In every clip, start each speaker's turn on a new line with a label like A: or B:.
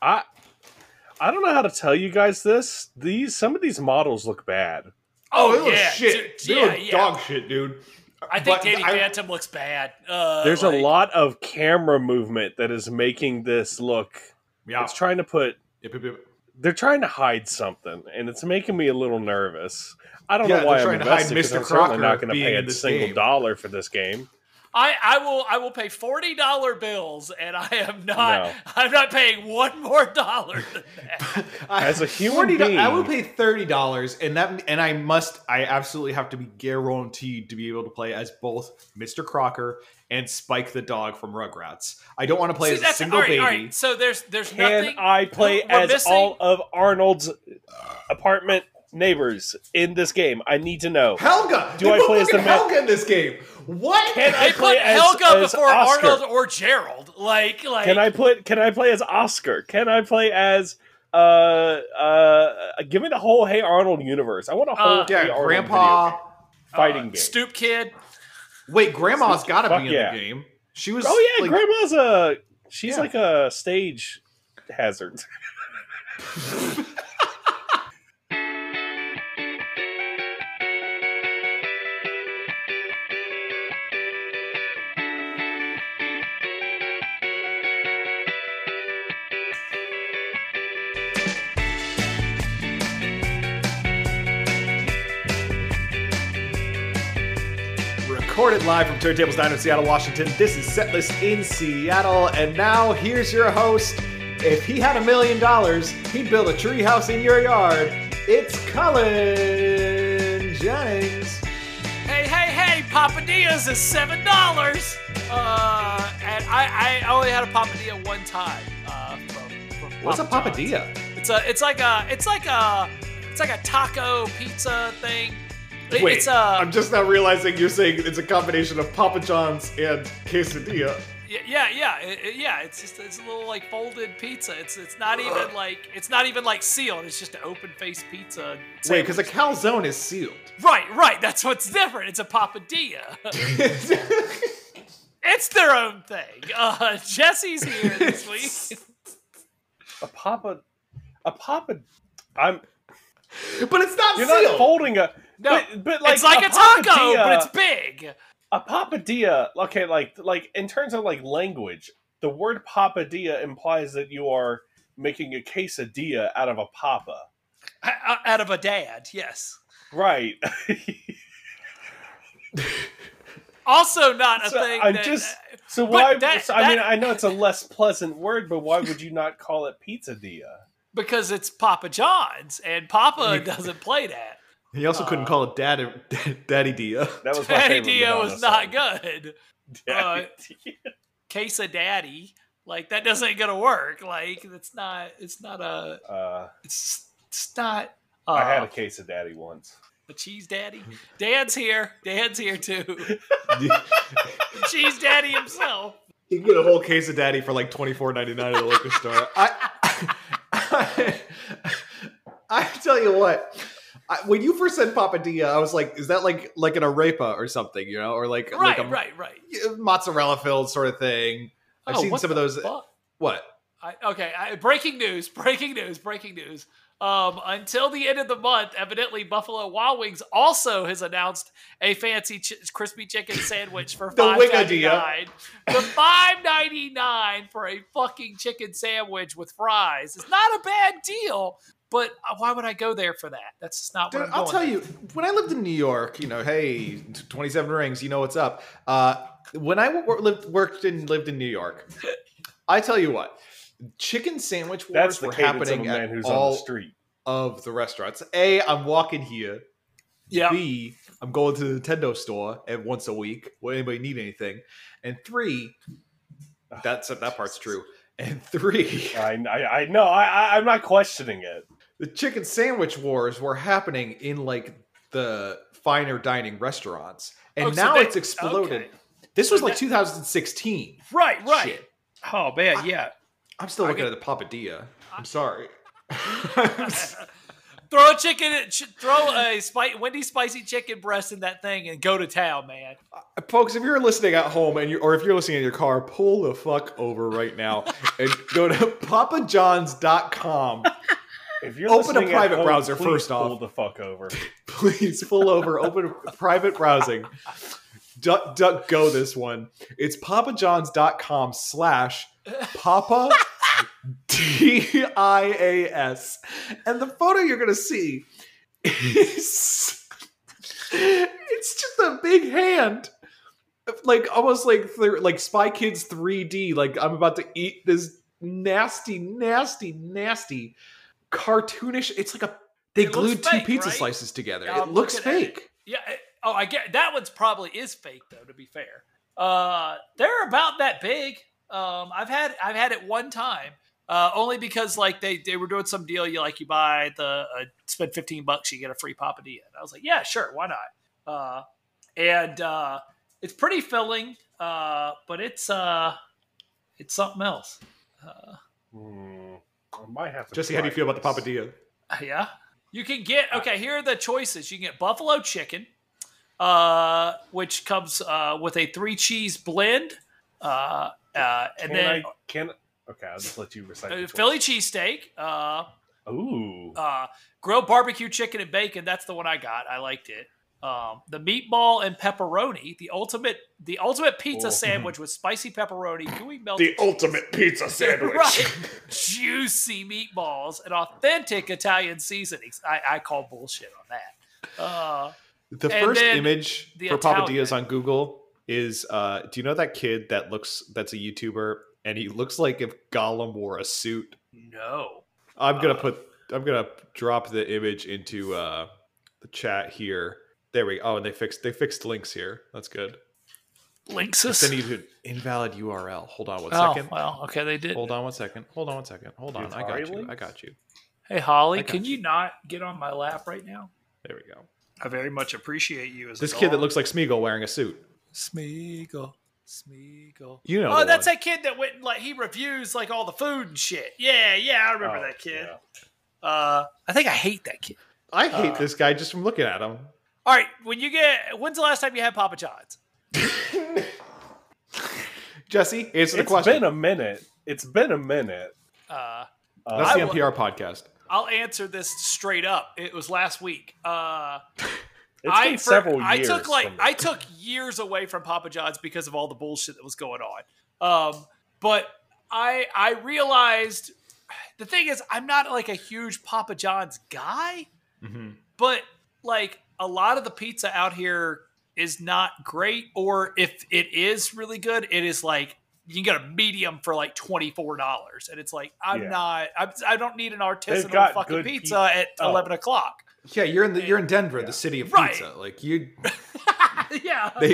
A: I I don't know how to tell you guys this. These some of these models look bad.
B: Oh, it was
C: yeah,
B: shit.
C: dude,
B: It was
C: yeah, yeah.
B: dog shit, dude.
C: I think
B: But
C: Danny
B: I-
C: Phantom looks bad. Uh,
A: There's
C: like-
A: a lot of camera movement that is making this look.
B: Yeah.
A: It's trying to put.
B: Yep, yep, yep.
A: They're trying to hide something, and it's making me a little nervous. I don't
B: Yeah,
A: know why
B: they're
A: I'm
B: trying to hide
A: invested. 'cause
B: Mr.
A: I'm certainly
B: Crocker
A: not going to
B: being
A: pay
B: in
A: a
B: this
A: single
B: game.
A: dollar for this game.
C: I, I will I will pay forty dollar bills, and I am not
A: No.
C: I'm not paying one more dollar. Than that.
B: I-
A: As a human
B: $40 I
A: being-
B: would pay thirty dollars, and that and I must, I absolutely have to be guaranteed to be able to play as both Mr. Crocker and Spike the dog from Rugrats. I don't want to play
C: See,
B: as a single baby.
C: So there's there's
A: Can
C: nothing.
A: I play
C: we're- we're
A: as
C: missing-
A: all of Arnold's apartment neighbors in this game? I need to know.
B: Helga,
A: Do
B: they
A: I
B: put
A: play as the
B: fucking
A: ma-
B: Helga in this game? What?
A: Can I
C: they
A: play
C: put
A: as-
C: Helga
A: as
C: before
A: Oscar?
C: Arnold or Gerald. Like like
A: Can I put? Can I play as Oscar? Can I play as? Uh, uh, give me the whole Hey Arnold universe. I want a whole
C: Uh,
A: Hey
B: yeah,
A: Arnold
B: Grandpa. uh,
A: video fighting game.
C: Stoop Kid?
B: Wait, Grandma's got to
A: Fuck
B: be in
A: yeah.
B: the game. She was.
A: Oh yeah,
B: like,
A: Grandma's a she's
B: Yeah.
A: like a stage hazard.
B: Recorded live from Turntables 9 in Seattle, Washington. This is Setlist in Seattle. And now here's your host. If he had a million dollars, he'd build a treehouse in your yard. It's Cullen Jennings.
C: Hey hey hey! Papadilla's is seven dollars. Uh, and I I only had a papadilla one time. Uh, from, from
B: What's a
C: Papa John's.
B: papadilla?
C: It's a it's like a it's like a it's like a taco pizza thing. It-
B: Wait,
C: it's a
B: I'm just now realizing you're saying it's a combination of Papa John's and quesadilla.
C: Yeah, yeah, yeah, it- it- yeah. It's just it's a little like folded pizza. It's it's not even like it's not even like sealed. It's just an open faced pizza.
B: Wait,
C: sandwich.
B: because a calzone is sealed.
C: right, right. That's what's different. It's a papadilla. it's their own thing. Uh, Jesse's here this week.
A: a papa, a papa. I'm
B: but it's not
A: you're
B: sealed.
A: not folding a
C: No,
A: but, but like
C: it's like a, taco, but it's big.
A: a papadilla. Okay, like like in terms of like language, the word papadilla implies that you are making a quesadilla out of a papa.
C: Uh, uh, Out of a dad, yes.
A: Right.
C: Also, not a
A: So
C: thing.
A: I'm
C: that, uh,
A: just so why?
C: that-
A: so, I mean,
C: that-
A: I know it's a less pleasant word, but why would you not call it pizzadilla?
C: because it's Papa John's, and Papa doesn't play that.
B: He also
A: Ah.
B: couldn't call it daddy, daddy dia.
A: That was my
C: Daddy
A: favorite bit
C: Dio
A: on
C: was
A: this
C: not
A: song.
C: good.
A: Daddy Dio.
C: case of daddy like that doesn't gonna work like that's not it's not a
A: Uh,
C: it's, it's not uh,
A: I had a case of daddy once.
C: a cheese daddy dan's here dan's here too cheese daddy himself
B: You can get a whole case of daddy for like twenty four ninety nine at the liquor store. I, I, I tell you what, I, when you first said papadilla, I was like, is that like like an arepa or something, you know, or like
C: right
B: like a
C: right right
B: mozzarella filled sort of thing? I've
C: Oh,
B: seen
C: what
B: some of
C: the
B: those.
C: fuck?
B: What?
C: I, okay I, breaking news breaking news breaking news um, until the end of the month, evidently Buffalo Wild Wings also has announced a fancy ch- crispy chicken sandwich for
B: The
C: five ninety
B: Wigadia.
C: nine. The five ninety nine for a fucking chicken sandwich with fries is not a bad deal. But uh, why would I go there for that? That's just not
B: Dude,
C: what I'm
B: I'll
C: going
B: tell
C: there.
B: you, when I lived in New York, you know, hey, 27 rings, you know what's up. Uh, when I wor- lived, worked and lived in New York, I tell you what, chicken sandwich wars
A: That's the
B: were
A: cadence of a
B: happening
A: man
B: at
A: who's on
B: all
A: the street.
B: of the restaurants. A, I'm walking here.
C: Yeah.
B: B, I'm going to the Nintendo store at once a week. Will anybody need anything? And three, that's that part's true. And three,
A: I, I, I no, I, I, I'm not questioning it.
B: the chicken sandwich wars were happening in like the finer dining restaurants, and
C: Oh, so
B: now
C: they-
B: it's exploded.
C: okay.
B: This was
C: So
B: like
C: that-
B: 2016.
C: Right, right.
B: Shit.
C: Oh man, yeah.
B: I'm still
C: I
B: looking
C: mean-
B: at the papadilla. I'm sorry.
C: throw a chicken, ch- throw a spi- Wendy's spicy chicken breast in that thing and go to town, man.
B: Folks, if you're listening at home and you or if you're listening in your car, pull the fuck over right now and go to papajohns.com.
A: If you're
B: Open a
A: listening at
B: private
A: home,
B: browser
A: please
B: first off.
A: Pull the fuck over.
B: Please pull over, open private browsing. Duck duck go this one. It's papajohns.com slash papa D I A S. And the photo you're gonna see is it's just a big hand. Like almost like th- like Spy Kids 3D. Like I'm about to eat this nasty, nasty, nasty cartoonish. It's like a they
C: It looks
B: glued two
C: fake,
B: pizza
C: right?
B: slices together.
C: Yeah,
B: it
C: I'm
B: looks
C: looking Oh, at
B: fake.
C: Yeah. I- Oh, I get that one's probably is fake though. To be fair, uh, they're about that big. Um, I've had I've had it one time, uh, only because like they they were doing some deal. You like you buy the uh, spend fifteen bucks, you get a free papadilla. And I was like, yeah, sure, why not? Uh, and uh, it's pretty filling, uh, but it's uh, it's something else. Uh,
A: Hmm. I might have to.
B: Jesse, how do you
A: try
B: feel about the
A: this.
B: papadilla?
C: Yeah. You can get okay, here are the choices. You can get buffalo chicken, uh, which comes uh, with a three cheese blend. Uh, uh, and
A: Can
C: then
A: I, can okay, I'll just let you recite.
C: uh,
A: the
C: Philly cheesesteak, uh,
A: choice. Ooh,
C: uh, grilled barbecue chicken and bacon. That's the one I got. I liked it. Um, the meatball and pepperoni, the ultimate, the ultimate pizza
A: Oh.
C: sandwich with spicy pepperoni, gooey melted
B: The ultimate pizza sandwich.
C: Right. Juicy meatballs and authentic Italian seasonings. I, I call bullshit on that. Uh,
B: The
C: And
B: first
C: then
B: image
C: the
B: for
C: Italian.
B: Papadillas on Google is uh do you know that kid that looks that's a YouTuber and he looks like if Gollum wore a suit?
C: no.
B: I'm gonna
C: Uh.
B: put I'm gonna drop the image into uh the chat here. There we go. Oh, and they fixed they fixed links here. That's good. It's
C: Linksys.
B: sending you to an invalid URL. Hold on one
C: Oh,
B: second.
C: well, okay, they did.
B: Hold on one second. Hold on one second. Hold on. I got
A: Atari
B: you. I
A: links?
B: got you.
C: Hey, Holly,
B: I got
C: can
B: you.
C: you not get on my lap right now?
B: There we go.
C: I very much appreciate you as
B: This
C: a
B: kid that
C: dog.
B: looks like Smeagol wearing a suit.
C: Smeagol. Smeagol.
B: You know.
C: Oh,
B: the
C: that's
B: one.
C: that kid that went and, like he reviews like all the food and shit. Yeah, yeah, I remember
A: Oh,
C: that kid.
A: yeah.
C: Uh, I think I hate that kid.
B: I hate
C: uh,
B: this guy just from looking at him.
C: All right, when you get when's the last time you had Papa John's?
B: Jesse, answer the
A: It's
B: question.
A: been a minute. It's been a minute.
C: Uh,
A: Uh,
B: That's the
C: I
B: NPR podcast.
C: I'll answer this straight up. It was last week. Uh,
A: it's
C: I
A: been
C: for-
A: several years.
C: I took like
A: from
C: I
A: that.
C: took years away from Papa John's because of all the bullshit that was going on. Um, but I I realized the thing is I'm not like a huge Papa John's guy,
B: Mm-hmm.
C: but like a lot of the pizza out here is not great, or if it is really good, it is like you can get a medium for like twenty four dollars, and it's like I'm
A: Yeah.
C: not I'm, I don't need an artisanal
A: got
C: fucking
A: good
C: pizza
A: pizza.
C: at
A: Oh.
C: eleven o'clock.
B: Yeah, you're in the, you're in Denver,
A: Yeah.
B: the city of
C: Right.
B: pizza. Like you,
C: yeah,
B: they.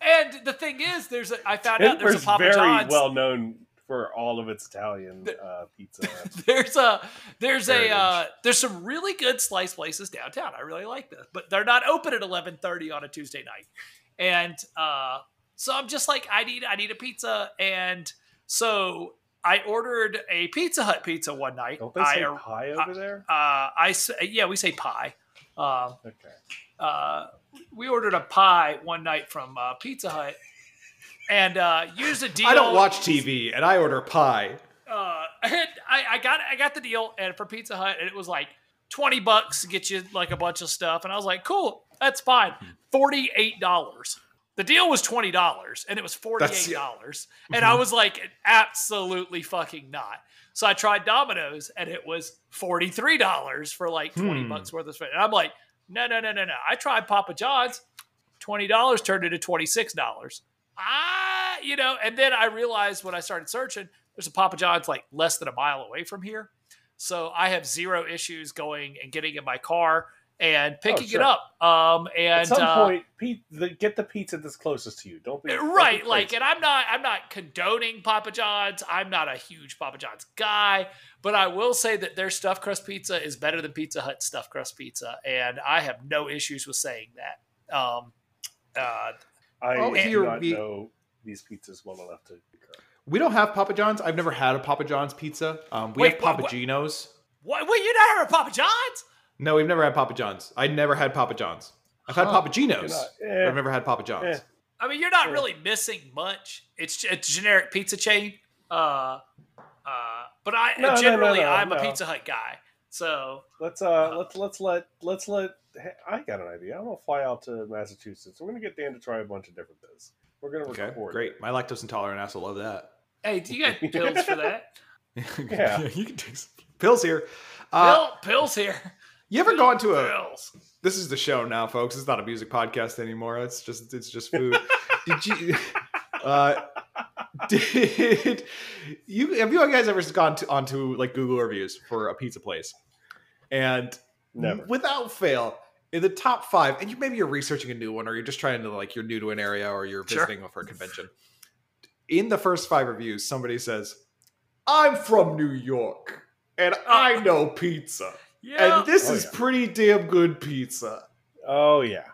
C: And the thing is, there's a. I found out there's
A: Denver's
C: a Papa
A: very
C: John's.
A: well known for all of its Italian uh, pizza.
C: there's a there's a
A: Heritage.
C: uh, there's some really good slice places downtown. I really like this, but they're not open at 11:30 on a Tuesday night. And uh, so I'm just like, I need I need a pizza, and so I ordered a Pizza Hut pizza one night.
A: Don't they
C: I
A: say
C: uh,
A: pie over there?
C: I s- yeah, we say pie. Um,
A: Okay.
C: uh, we ordered a pie one night from uh, Pizza Hut, and uh, used a deal.
B: I don't watch TV, and I order pie.
C: uh, and I, I got I got the deal and for Pizza Hut and it was like twenty bucks to get you like a bunch of stuff and I was like, cool, that's fine.
B: Hmm.
C: Forty eight dollars. The deal was twenty dollars and it was forty
B: That's-
C: eight dollars and I was like, absolutely fucking not. So I tried Domino's and it was forty three dollars for like twenty
B: Hmm.
C: bucks worth of food and I'm like, no no no no no. I tried Papa John's. Twenty dollars turned into twenty six dollars. Ah, you know, and then I realized when I started searching, there's a Papa John's like less than a mile away from here. So I have zero issues going and getting in my car and picking
A: Oh, sure.
C: it up. Um, and
A: At some
C: uh, eh,
A: point, pe- the, get the pizza that's closest to you. Don't be don't be
C: right like
A: crazy.
C: and i'm not i'm not condoning papa john's i'm not a huge papa john's guy but i will say that their stuffed crust pizza is better than pizza hut stuffed crust pizza and i have no issues with saying that um uh
A: I
B: Oh,
A: do
B: here
A: not
B: we-
A: know these pizzas well enough to. concur.
B: We don't have Papa John's. I've never had a Papa John's pizza. Um, we
C: Wait,
B: have
C: what-
B: Papa
C: what-
B: Gino's.
C: what, what you not having a papa john's
B: No, we've never had Papa John's. I never had Papa John's. I've had
C: Huh.
B: Papa Gino's.
A: Not-
B: but
A: eh,
B: I've never had Papa John's.
A: Eh.
C: I mean, you're not
A: Yeah.
C: really missing much. It's a generic pizza chain. Uh, uh, but I
A: No, no, no,
C: generally
A: no,
C: I'm
A: no.
C: a Pizza Hut guy. So
A: Let's uh, let's let's let let's let. hey, I got an idea. I'm gonna fly out to Massachusetts. We're gonna get Dan to try a bunch of different things. We're gonna
B: Okay,
A: record.
B: great. My lactose intolerant ass will love that.
C: hey, do you got pills for that?
A: Yeah.
B: you can take some pills here. Uh,
C: Pill, pills here.
B: you ever gone to a?
C: pills?
B: This is the show now, folks. It's not a music podcast anymore. It's just it's just food. did you? Uh, did you? Have you guys ever gone to, onto like Google reviews for a pizza place? And
A: Never.
B: without fail in the top five and you maybe you're researching a new one or you're just trying to like you're new to an area or you're
C: Sure.
B: visiting for a convention in the first five reviews somebody says i'm from new york and i know pizza
C: Yeah.
B: and this
A: Oh,
B: is
A: yeah.
B: pretty damn good pizza
A: Oh yeah.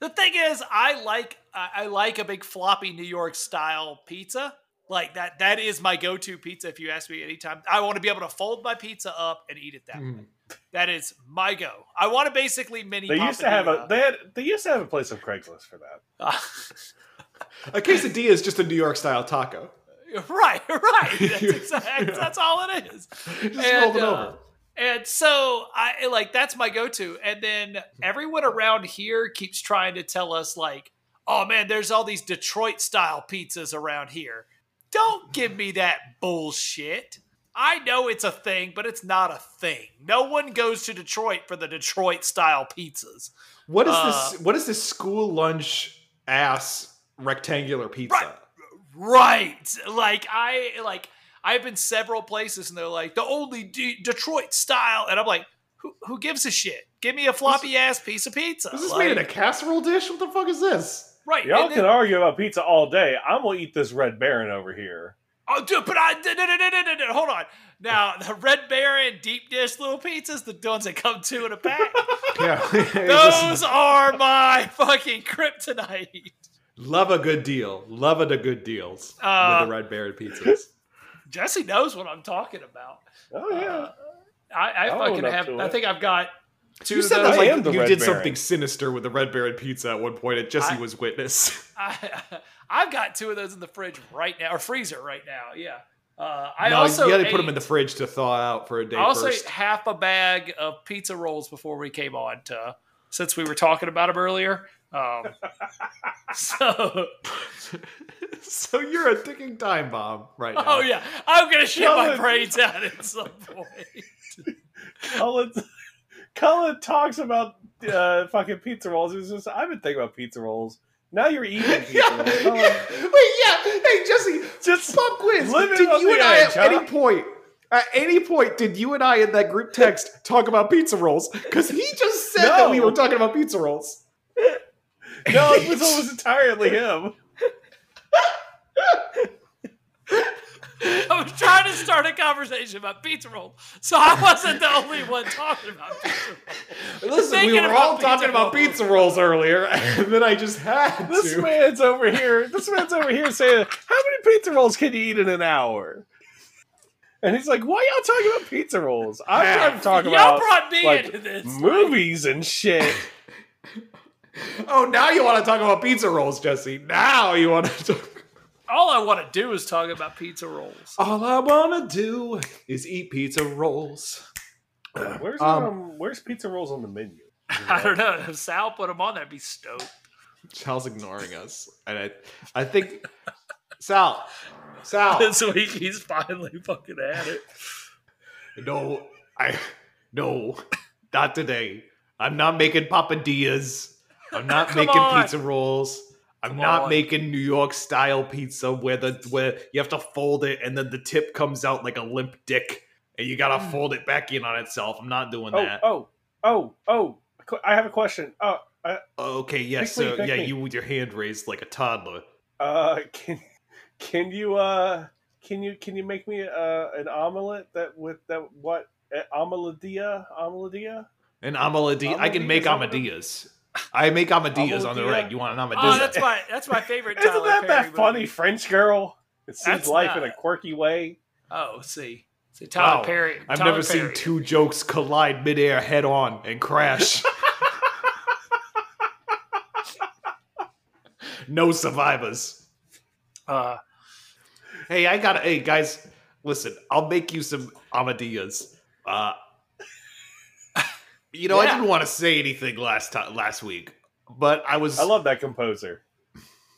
C: the thing is, I like I, I like a big floppy New York style pizza. Like that that is my go to pizza. If you ask me anytime, I want to be able to fold my pizza up and eat it
A: Hmm.
C: that. way.
B: Mm.
C: That is my go. I want to basically mini.
A: They used to have
C: uh,
A: a they had they used to have a place on Craigslist for that.
C: a.
B: a quesadilla is just a new york style taco
C: Right, right. That's, exact, that's all it is.
B: just
C: And,
B: rolled it
C: uh,
B: over
C: And so I like that's my go-to. And then everyone around here keeps trying to tell us like, "Oh man, there's all these Detroit style pizzas around here." Don't give me that bullshit. I know it's a thing, but it's not a thing. No one goes to Detroit for the Detroit style pizzas.
B: what is
C: uh,
B: this what is this school lunch ass rectangular pizza
C: Right. Right. Like I like I've been several places and they're like the only D- Detroit style and I'm like who, who gives a shit? Give me a floppy ass piece of pizza.
B: is this
C: like,
B: made in a casserole dish what the fuck is this
C: right?
A: Y'all
C: and
A: can
C: then-
A: argue about pizza all day. I'm gonna eat this Red Baron over here.
C: oh, dude, but I no, no, no, no, no, no, hold on. Now the Red Baron deep dish little pizzas, the ones that come two in a pack.
B: Yeah. It's just-
C: those are my fucking kryptonite.
B: love a good deal. Love it a good deals
C: Uh,
B: with the Red Baron pizzas.
C: Jesse knows what I'm talking about.
A: Oh yeah.
C: Uh, I, I
A: I'll own
C: fucking
A: up
C: have.
A: to
C: I
A: it.
C: think I've got. two
B: You said
C: of
B: that
C: those.
A: I
B: like
A: am the
B: you
A: Red
B: did
A: Baron.
B: something sinister with the Red Baron pizza at one point, and Jesse
C: I-
B: was witness.
C: I, I've got two of those in the fridge right now, or freezer right now. Yeah. Uh, I
B: no,
C: also
B: you
C: ate,
B: gotta put them in the fridge to thaw out for a day
C: I also
B: first.
C: ate half a bag of pizza rolls before we came on to, since we were talking about them earlier. Um, so,
B: so you're a ticking time bomb right now.
C: oh yeah, I'm gonna shit my
A: Colin.
C: brains out at some point.
A: Cullen, Cullen talks about uh, fucking pizza rolls. He's just, I've been thinking about pizza rolls. Now you're eating pizza
B: Yeah,
A: rolls.
B: yeah.
A: Cullen,
B: Wait, yeah. Hey, Jesse,
A: just
B: pop quiz.
A: Live it
B: Did
A: on
B: you
A: the
B: and I
A: edge,
B: at
A: huh?
B: any point, at any point, did you and I in that group text talk about pizza rolls? Because he just said that we
A: No.
B: were talking about pizza rolls.
A: no, it was almost entirely him.
C: I was trying to start a conversation about pizza rolls, so I wasn't the only one talking about pizza rolls.
B: Listen, we
C: Thinking
B: were
C: about
B: all
C: pizza
B: talking about
C: rolls.
B: pizza rolls earlier, and then I just had
A: This
B: to.
A: man's over here. This man's over here saying, "How many pizza rolls can you eat in an hour?" And he's like, "Why y'all talking about pizza rolls? I'm trying to talk
C: Y'all
A: about
C: brought me
A: like,
C: into this.
A: movies and shit."
B: Oh, now you want to talk about pizza rolls, Jesse? Now you want to talk?
C: All I want to do is talk about pizza rolls.
B: All I want to do is eat pizza rolls.
A: Where's
B: Um,
A: um, where's pizza rolls on the menu?
C: I don't know. If Sal put them on, that'd be stoked.
B: Sal's ignoring us, and I, I think Sal, Sal,
C: This week he's finally fucking at it.
B: no, I, no, not today. I'm not making papadillas. I'm not
C: Come
B: making
C: on.
B: pizza rolls. I'm
C: Come
B: not
C: on.
B: making New York style pizza where the where you have to fold it and then the tip comes out like a limp dick and you
C: Mm.
B: gotta fold it back in on itself. I'm not doing
A: Oh,
B: that.
A: oh, oh, oh! qu- I have a question. Oh,
B: okay, yes,
A: Pick me,
B: so
A: pick
B: yeah,
A: me.
B: you with your hand raised like a toddler.
A: Uh, can can you uh can you can you make me uh an omelet that with that what uh, omeladilla omeladilla?
B: And Amaladi, I can make
A: Amadeus,
B: Amadeas. I make Amadeas on the
A: Amadia?
B: reg. You want an
C: Oh,
B: Amadea?
C: that's my that's my favorite.
A: Isn't
C: Tyler
A: that
C: Perry
A: that
C: movie.
A: funny French girl? It sees
C: That's
A: life in
C: not-
A: a quirky way.
C: Oh, see, See, Tyler
B: Wow.
C: Perry.
B: I've
C: Tyler
B: never seen
C: Perry.
B: two jokes collide midair head on and crash. no survivors.
C: Uh,
B: Hey, I gotta. Hey, guys, listen. I'll make you some Amadillas. Uh, you know, I
C: Yeah.
B: didn't want to say anything last time, last week, but I was.
A: I love that composer.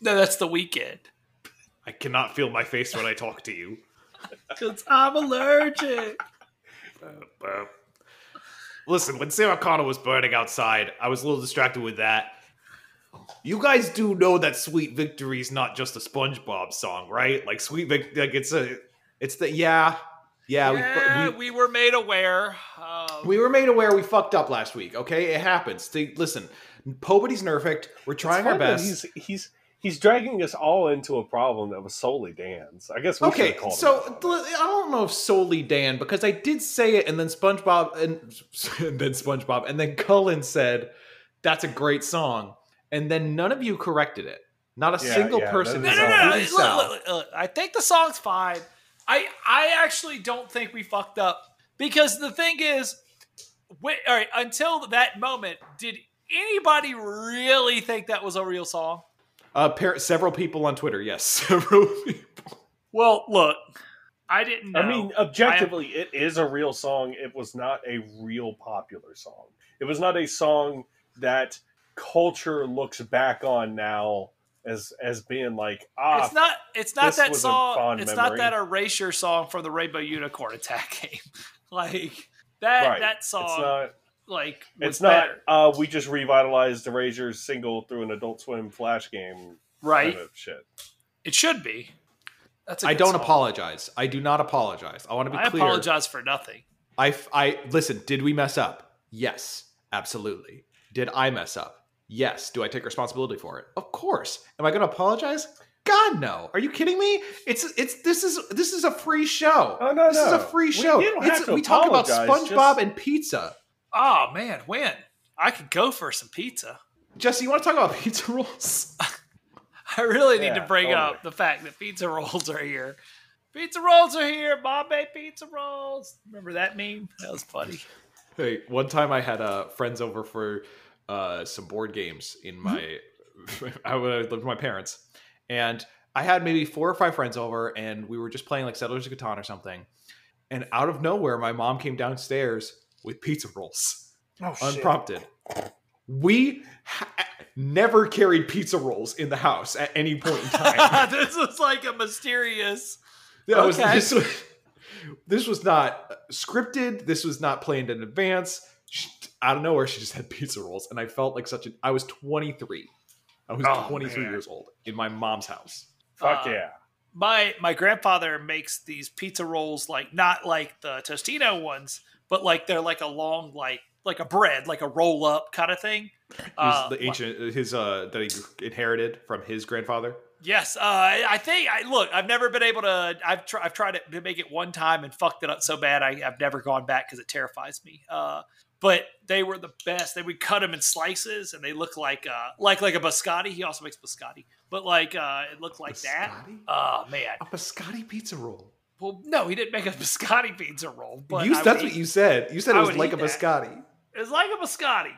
C: no, that's the weekend.
B: I cannot feel my face when I talk to you.
C: Cause I'm allergic.
B: Uh, Listen, when Sarah Connor was burning outside, I was a little distracted with that. You guys do know that "Sweet Victory" is not just a SpongeBob song, right? Like "Sweet Vic," like it's a, it's the yeah, yeah. we-
C: Yeah, we
B: we,
C: were made aware. Um,
B: we were made aware we fucked up last week. Okay, it happens. They- Listen, nobody's perfect. We're trying
A: It's
B: our
A: hard that
B: best.
A: He's he's he's dragging us all into a problem that was solely Dan's. I guess we should
B: okay,
A: have called
B: so
A: him out on
B: l- I don't know if solely Dan because I did say it, and then SpongeBob and, and then SpongeBob and then Cullen said that's a great song, and then none of you corrected it. Not a
A: Yeah,
B: single
A: yeah,
B: person.
A: that
C: no,
A: is
B: said
C: no,
A: all.
C: no.
B: it.
C: Look, look, look, look, I think the song's fine. I I actually don't think we fucked up because the thing is, wait, all right, until that moment, did anybody really think that was a real song?
B: Uh, par- several people on Twitter, yes, several people.
C: Well, look, I didn't.
A: that. I mean, objectively, it is a real song. It was not a real popular song. It was not a song that culture looks back on now as as being like ah
C: it's not. It's not
A: this
C: that
A: was a
C: song.
A: fond
C: It's
A: memory.
C: not that erasure song from the Rainbow Unicorn Attack game. like that.
A: Right.
C: That
A: it's
C: song.
A: not
C: like was
A: it's not
C: better,
A: uh we just revitalized Erasure's single through an adult swim flash game
C: right.
A: kind of shit.
C: It should be. That's. I
B: I don't apologize. I do not apologize. I want to be
C: I
B: clear.
C: apologize for nothing.
B: I, f- I listen. Did we mess up? Yes, absolutely. Did I mess up? Yes. Do I take responsibility for it? Of course. Am I going to apologize? God no. Are you kidding me? It's it's this is this is a free show.
A: Oh, no,
B: this is a
A: no.
B: free
A: We-
B: show.
A: you don't
B: It's-
A: have to
B: we talk about
A: apologize,
B: SpongeBob
A: just-
B: and pizza.
C: Oh man, when I could go for some pizza.
B: Jesse, you want to talk about pizza rolls?
C: I really need
A: Yeah,
C: to bring
A: totally.
C: up the fact that pizza rolls are here. Pizza rolls are here. Bombay pizza rolls. Remember that meme? That was funny.
B: Hey, one time I had uh, friends over for uh, some board games in my. I would- I lived with my parents, and I had maybe four or five friends over, and we were just playing like Settlers of Catan or something. And out of nowhere, my mom came downstairs with pizza rolls,
A: Oh
B: unprompted. We ha- never carried pizza rolls in the house at any point in time.
C: this was like a mysterious.
B: That was-
C: Okay.
B: this, was, this was not scripted. This was not planned in advance. She, out of nowhere, she just had pizza rolls, and I felt like such an. I was 23. I was
C: Oh,
B: 23
C: man.
B: years old in my mom's house.
A: Fuck
C: uh,
A: yeah.
C: my my grandfather makes these pizza rolls like not like the tostino ones but like they're like a long like like a bread like a roll up kind of thing
B: He was
C: Uh,
B: the ancient his uh that he inherited from his grandfather.
C: yes uh i I think i look i've never been able to i've, tr- I've tried it, to make it one time and fucked it up so bad I, i've never gone back because it terrifies me uh but they were the best they would cut them in slices and they look like uh like like a biscotti he also makes biscotti but like uh it looked like that
B: Biscotti?
C: oh man
B: a biscotti pizza roll.
C: well no he didn't make a biscotti pizza roll but
B: you,
C: I
B: that's
C: would
B: what
C: eat
B: you said. You said
C: I
B: it was
C: would
B: like a
C: eat that.
B: biscotti.
C: It's like a biscotti.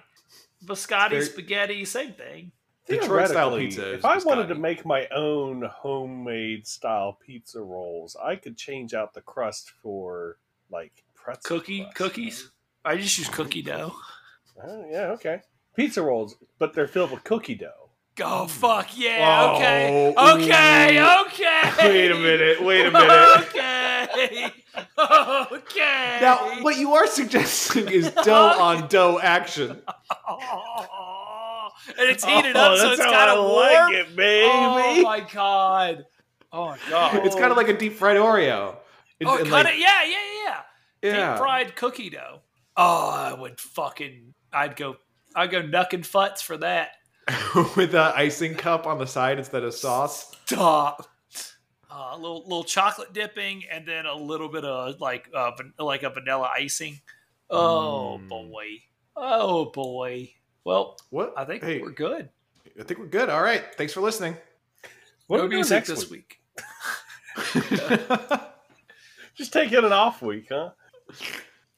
C: Biscotti,
B: It's very-
C: spaghetti, same thing.
B: Detroit style
A: Theoretically,
B: pizza is
A: If I wanted to
B: biscotti.
A: make my own homemade style pizza rolls, I could change out the crust for like pretzel
C: Cookie
A: crust.
C: cookies. I just use cookie dough.
A: Oh, yeah, okay. Pizza rolls, but they're filled with cookie dough.
C: Oh fuck yeah!
B: Oh,
C: okay,
B: ooh.
C: okay, okay.
B: Wait a minute. Wait a minute.
C: Okay, okay.
B: Now, what you are suggesting is dough on dough action.
C: Oh, and it's heated up, so it's
A: Oh, how
C: kind of
A: I
C: warm.
A: like it, baby.
C: oh my god! Oh my god!
B: It's kind of like a deep fried Oreo. It-
C: oh,
B: and
C: cut
B: like-
C: it. Yeah, yeah, yeah.
B: yeah.
C: deep fried cookie dough. Oh, I would fucking, I'd go, I'd go nuck and futs for that.
B: with an icing cup on the side instead of sauce.
C: Stop. Uh, a little, little chocolate dipping, and then a little bit of like, uh, van- like a vanilla icing. Oh
B: Mm.
C: boy, oh boy. Well,
B: What?
C: I think
B: Hey,
C: we're good.
B: I think we're good. All right. Thanks for listening.
A: What
C: no
A: are we doing
C: music
A: next
C: this
A: week?
C: week.
A: Just take it an off week, huh?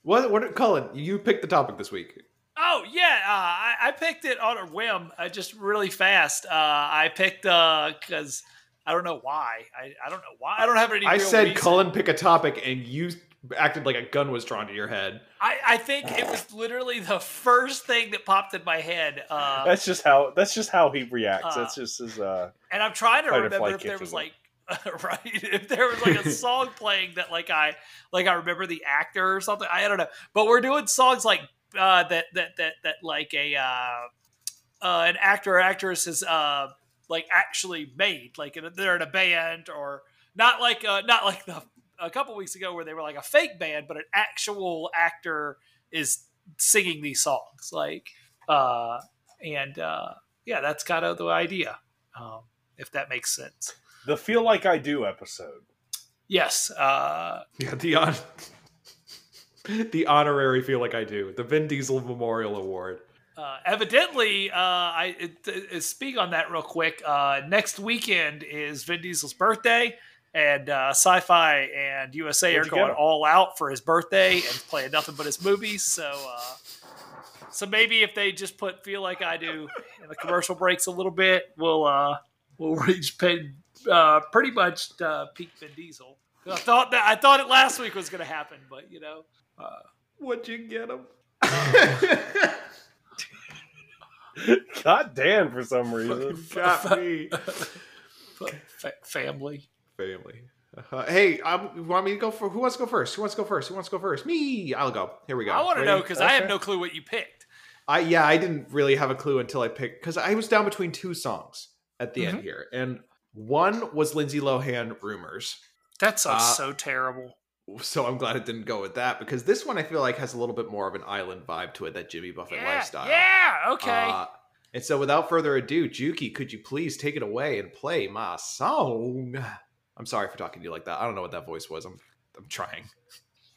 B: What? What? Colin, you picked the topic this week.
C: Oh yeah, uh, I, I picked it on a whim. I just really fast. Uh, I picked because I don't know why. I, I don't know why. I don't have any.
B: I
C: real
B: said,
C: reason.
B: Cullen, pick a topic, and you acted like a gun was drawn to your head.
C: I, I think it was literally the first thing that popped in my head. Uh,
A: That's just how that's just how he reacts.
C: Uh,
A: that's just his uh
C: and I'm trying to
A: Fight or
C: remember
A: flight
C: if there
A: kicks
C: was
A: is up.
C: like right if there was like a song playing that like I like I remember the actor or something. I don't know. But we're doing songs like uh, that that that that like a uh, uh, an actor or actress is uh, like actually made like in a- they're in a band or not like uh, not like the a couple weeks ago where they were like a fake band but an actual actor is singing these songs like uh and uh yeah that's kind of the idea um if that makes sense.
A: the feel like I do episode.
C: Yes. Uh,
B: Yeah, the on- the honorary feel like I do the Vin Diesel Memorial Award.
C: uh, evidently, uh, I it, it- speak on that real quick. Uh, next weekend is Vin Diesel's birthday, and uh, Sci Fi and USA
A: Where'd
C: are
A: you
C: going
A: go?
C: all out for his birthday and playing nothing but his movies. So, uh, so maybe if they just put Feel Like I Do in the commercial breaks a little bit, we'll, uh, we'll reach pin, uh, pretty much uh, peak Vin Diesel. I thought that I thought it last week was going to happen, but you know.
B: Would you get him?
A: God damn for some reason.
B: Got me,
C: fa- family.
B: family. Uh, hey, um, you want me to go for? Who wants to go first? Who wants to go first? Who wants to go first? Me. I'll go. Here we go.
C: I want to
B: Ready?
C: know because I have
A: Okay.
C: no clue what you picked.
B: I yeah, I didn't really have a clue until I picked because I was down between two songs at the end
C: Mm-hmm.
B: here, and one was Lindsay Lohan "Rumors,"
C: That sounds
B: Uh,
C: so terrible.
B: so I'm glad it didn't go with that because this one I feel like has a little bit more of an island vibe to it, that Jimmy Buffett
C: Yeah,
B: lifestyle.
C: yeah. Okay.
B: Uh, and so, without further ado, Juki, could you please take it away and play my song? I'm sorry for talking to you like that. I don't know what that voice was. I'm I'm trying.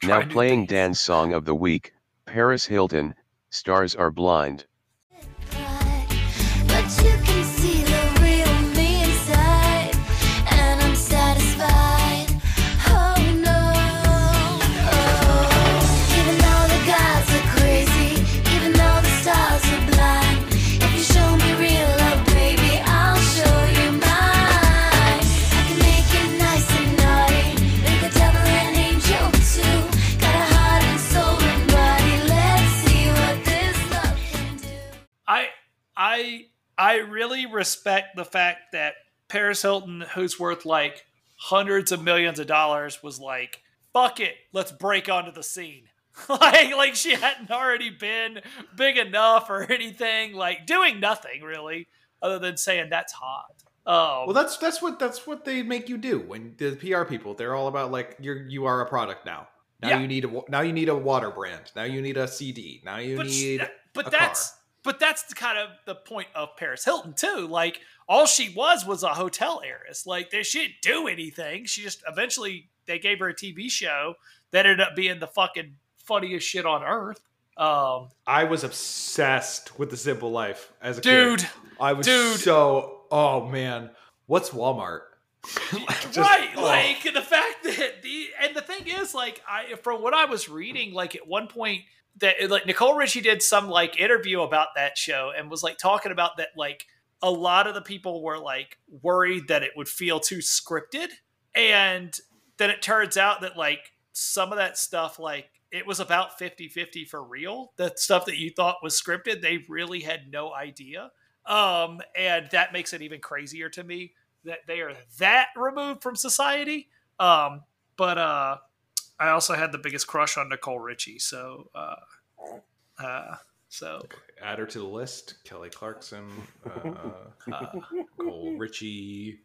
C: Try
D: Now
C: new
D: playing
C: things.
D: dance song of the week, Paris Hilton, Stars Are Blind.
E: But you can see the real me inside, and I'm satisfied. Oh no. Even though the gods are crazy, even though the stars are blind, if you show me real love, baby, I'll show you mine. I can make it nice and naughty, make the devil an angel too. Got a heart and soul and body. Let's see what this love can do.
C: I I I really respect the fact that Paris Hilton, who's worth like hundreds of millions of dollars, was like, "Fuck it, let's break onto the scene." like like she hadn't already been big enough or anything. Like doing nothing really, other than saying that's hot. Um,
B: Well, that's that's what that's what they make you do when the PR people. They're all about like you're you are a product now. Now
C: Yeah.
B: you need a wa- now you need a water brand. Now you need a CD. Now you
C: but,
B: need
C: that- but
B: a
C: that's
B: car.
C: but that's the kind of the point of Paris Hilton too. Like all she was was a hotel heiress. Like they, she didn't do anything. She just eventually they gave her a TV show that ended up being the fucking funniest shit on earth. Um,
B: I was obsessed with the simple life as a
C: dude,
B: Kid. I was
C: dude.
B: so oh man, what's Walmart? Just-
C: right?
B: oh.
C: Like the fact that the and the thing is, like I from what I was reading, like at one point that like Nicole Richie did some like interview about that show and was like talking about that like a lot of the people were like worried that it would feel too scripted and then it turns out that like some of that stuff like it was about 50-50 for real the stuff that you thought was scripted they really had no idea um and that makes it even crazier to me that they are that removed from society um but uh i also had the biggest crush on nicole richie so uh uh so
B: Add her to the list. Kelly Clarkson, uh,
C: uh,
B: Cole Richie,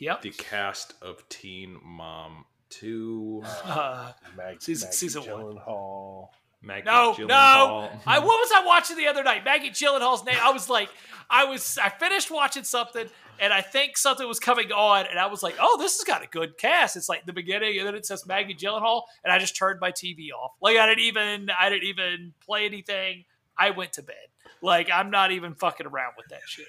C: yep
B: the cast of Teen Mom Two.
C: uh,
A: Mag-
C: Season-
A: Maggie
C: season one.
A: Gyllenhaal.
B: Maggie
C: No, no.
B: Gyllenhaal.
C: I what was I watching the other night? Maggie Gyllenhaal's name. I was like, I was I finished watching something, and I think something was coming on, and I was like, oh, this has got a good cast. It's like the beginning, and then it says Maggie Gyllenhaal, and I just turned my TV off. Like I didn't even I didn't even play anything. I went to bed. Like I'm not even fucking around with that shit.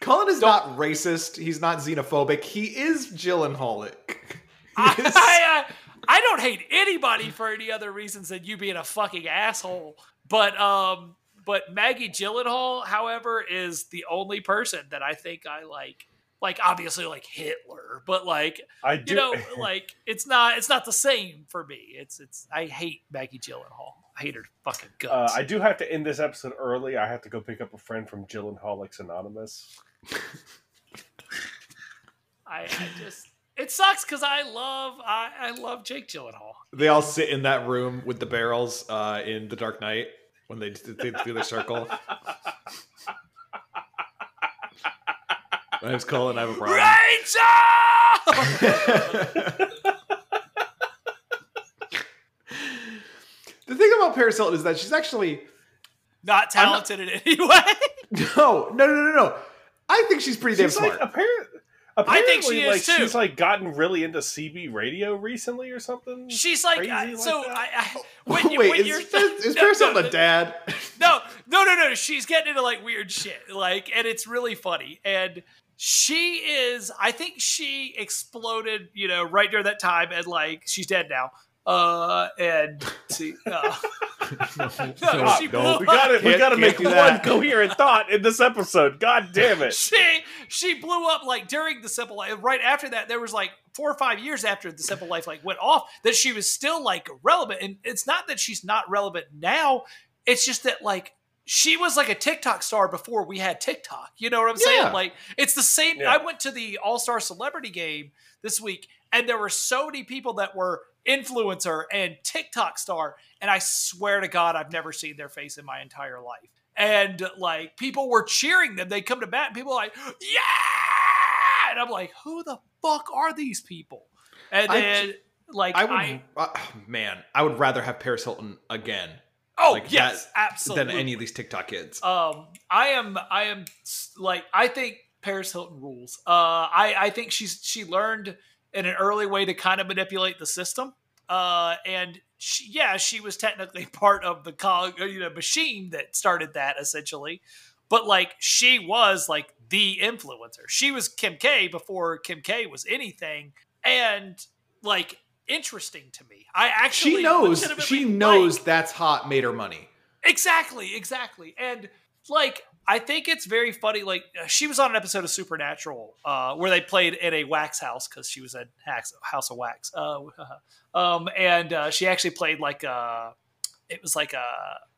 B: Colin is not racist. He's not xenophobic. He is Gyllenhaalic. He
C: I,
B: is-
C: I, I don't hate anybody for any other reasons than you being a fucking asshole. But um, but Maggie Gyllenhaal, however, is the only person that I think I like. Like obviously, like Hitler, but like
A: I do.
C: you know, like it's not it's not the same for me. It's it's I hate Maggie Gyllenhaal. I hate her fucking
A: uh,
C: guts.
A: I do have to end this episode early. I have to go pick up a friend from Gyllenhaalics Anonymous.
C: I, I just it sucks because I love I, I love Jake Gyllenhaal.
B: They all sit in that room with the barrels uh, in The Dark Knight when they, they do their circle. My name's Colin. I have a problem.
C: Rachel.
B: the thing about Paris Hilton is that she's actually
C: Not
B: I'm not-
C: talented in any way.
B: oh, no, no, no, no, no. I think she's pretty damn
A: She's like
B: smart.
A: apparent.
C: I
A: Apparently,
C: think she
A: like,
C: is, too.
A: She's like gotten really into CB radio recently or something.
C: She's like,
A: Crazy
C: I-
A: like
C: so.
A: that?
C: I, I when you,
B: Wait,
C: when
B: is,
C: you're,
B: Paris- is
C: no,
B: Paris
C: no,
B: Hilton
C: no,
B: a dad?
C: No, no, no, no. She's getting into like weird shit, like, and it's really funny. And she is, I think she exploded, you know, right during that time, and like, she's dead now. Uh, and see, uh, no,
B: no,
C: she
B: no.
C: blew
A: we got
C: up.
A: it. We
B: Can't-
A: got to
B: can't
A: make
B: do
A: one
B: that.
A: coherent thought in this episode. God damn it!
C: She she blew up like during the simple life. Right after that, there was like four or five years after the simple life like went off that she was still like relevant. And it's not that she's not relevant now. It's just that like she was like a TikTok star before we had TikTok. You know what I'm
B: Yeah.
C: saying? Like it's the same.
A: Yeah.
C: I went to the All Star Celebrity Game this week, and there were so many people that were influencer and TikTok star, and I swear to God, I've never seen their face in my entire life. And like people were cheering them. They come to bat, and people are like, yeah, and I'm like, who the fuck are these people? And
B: I
C: then like
B: I
C: I,
B: would, uh, man, I would rather have Paris Hilton again
C: oh
B: like
C: yes,
B: that-
C: absolutely.
B: than any of these TikTok kids.
C: um i am i am s- like i think paris hilton rules uh i i think she's she learned in an early way to kind of manipulate the system uh and she, yeah she was technically part of the cog you know machine that started that essentially but like she was like the influencer she was kim k before kim k was anything and like interesting to me i actually
B: she knows. She
C: legitimately
B: knows
C: like-
B: that's hot made her money.
C: Exactly, exactly. And like I think it's very funny like uh, she was on an episode of Supernatural uh where they played in a wax house cuz she was a hax- house of wax. Uh um and uh, she actually played like a it was like a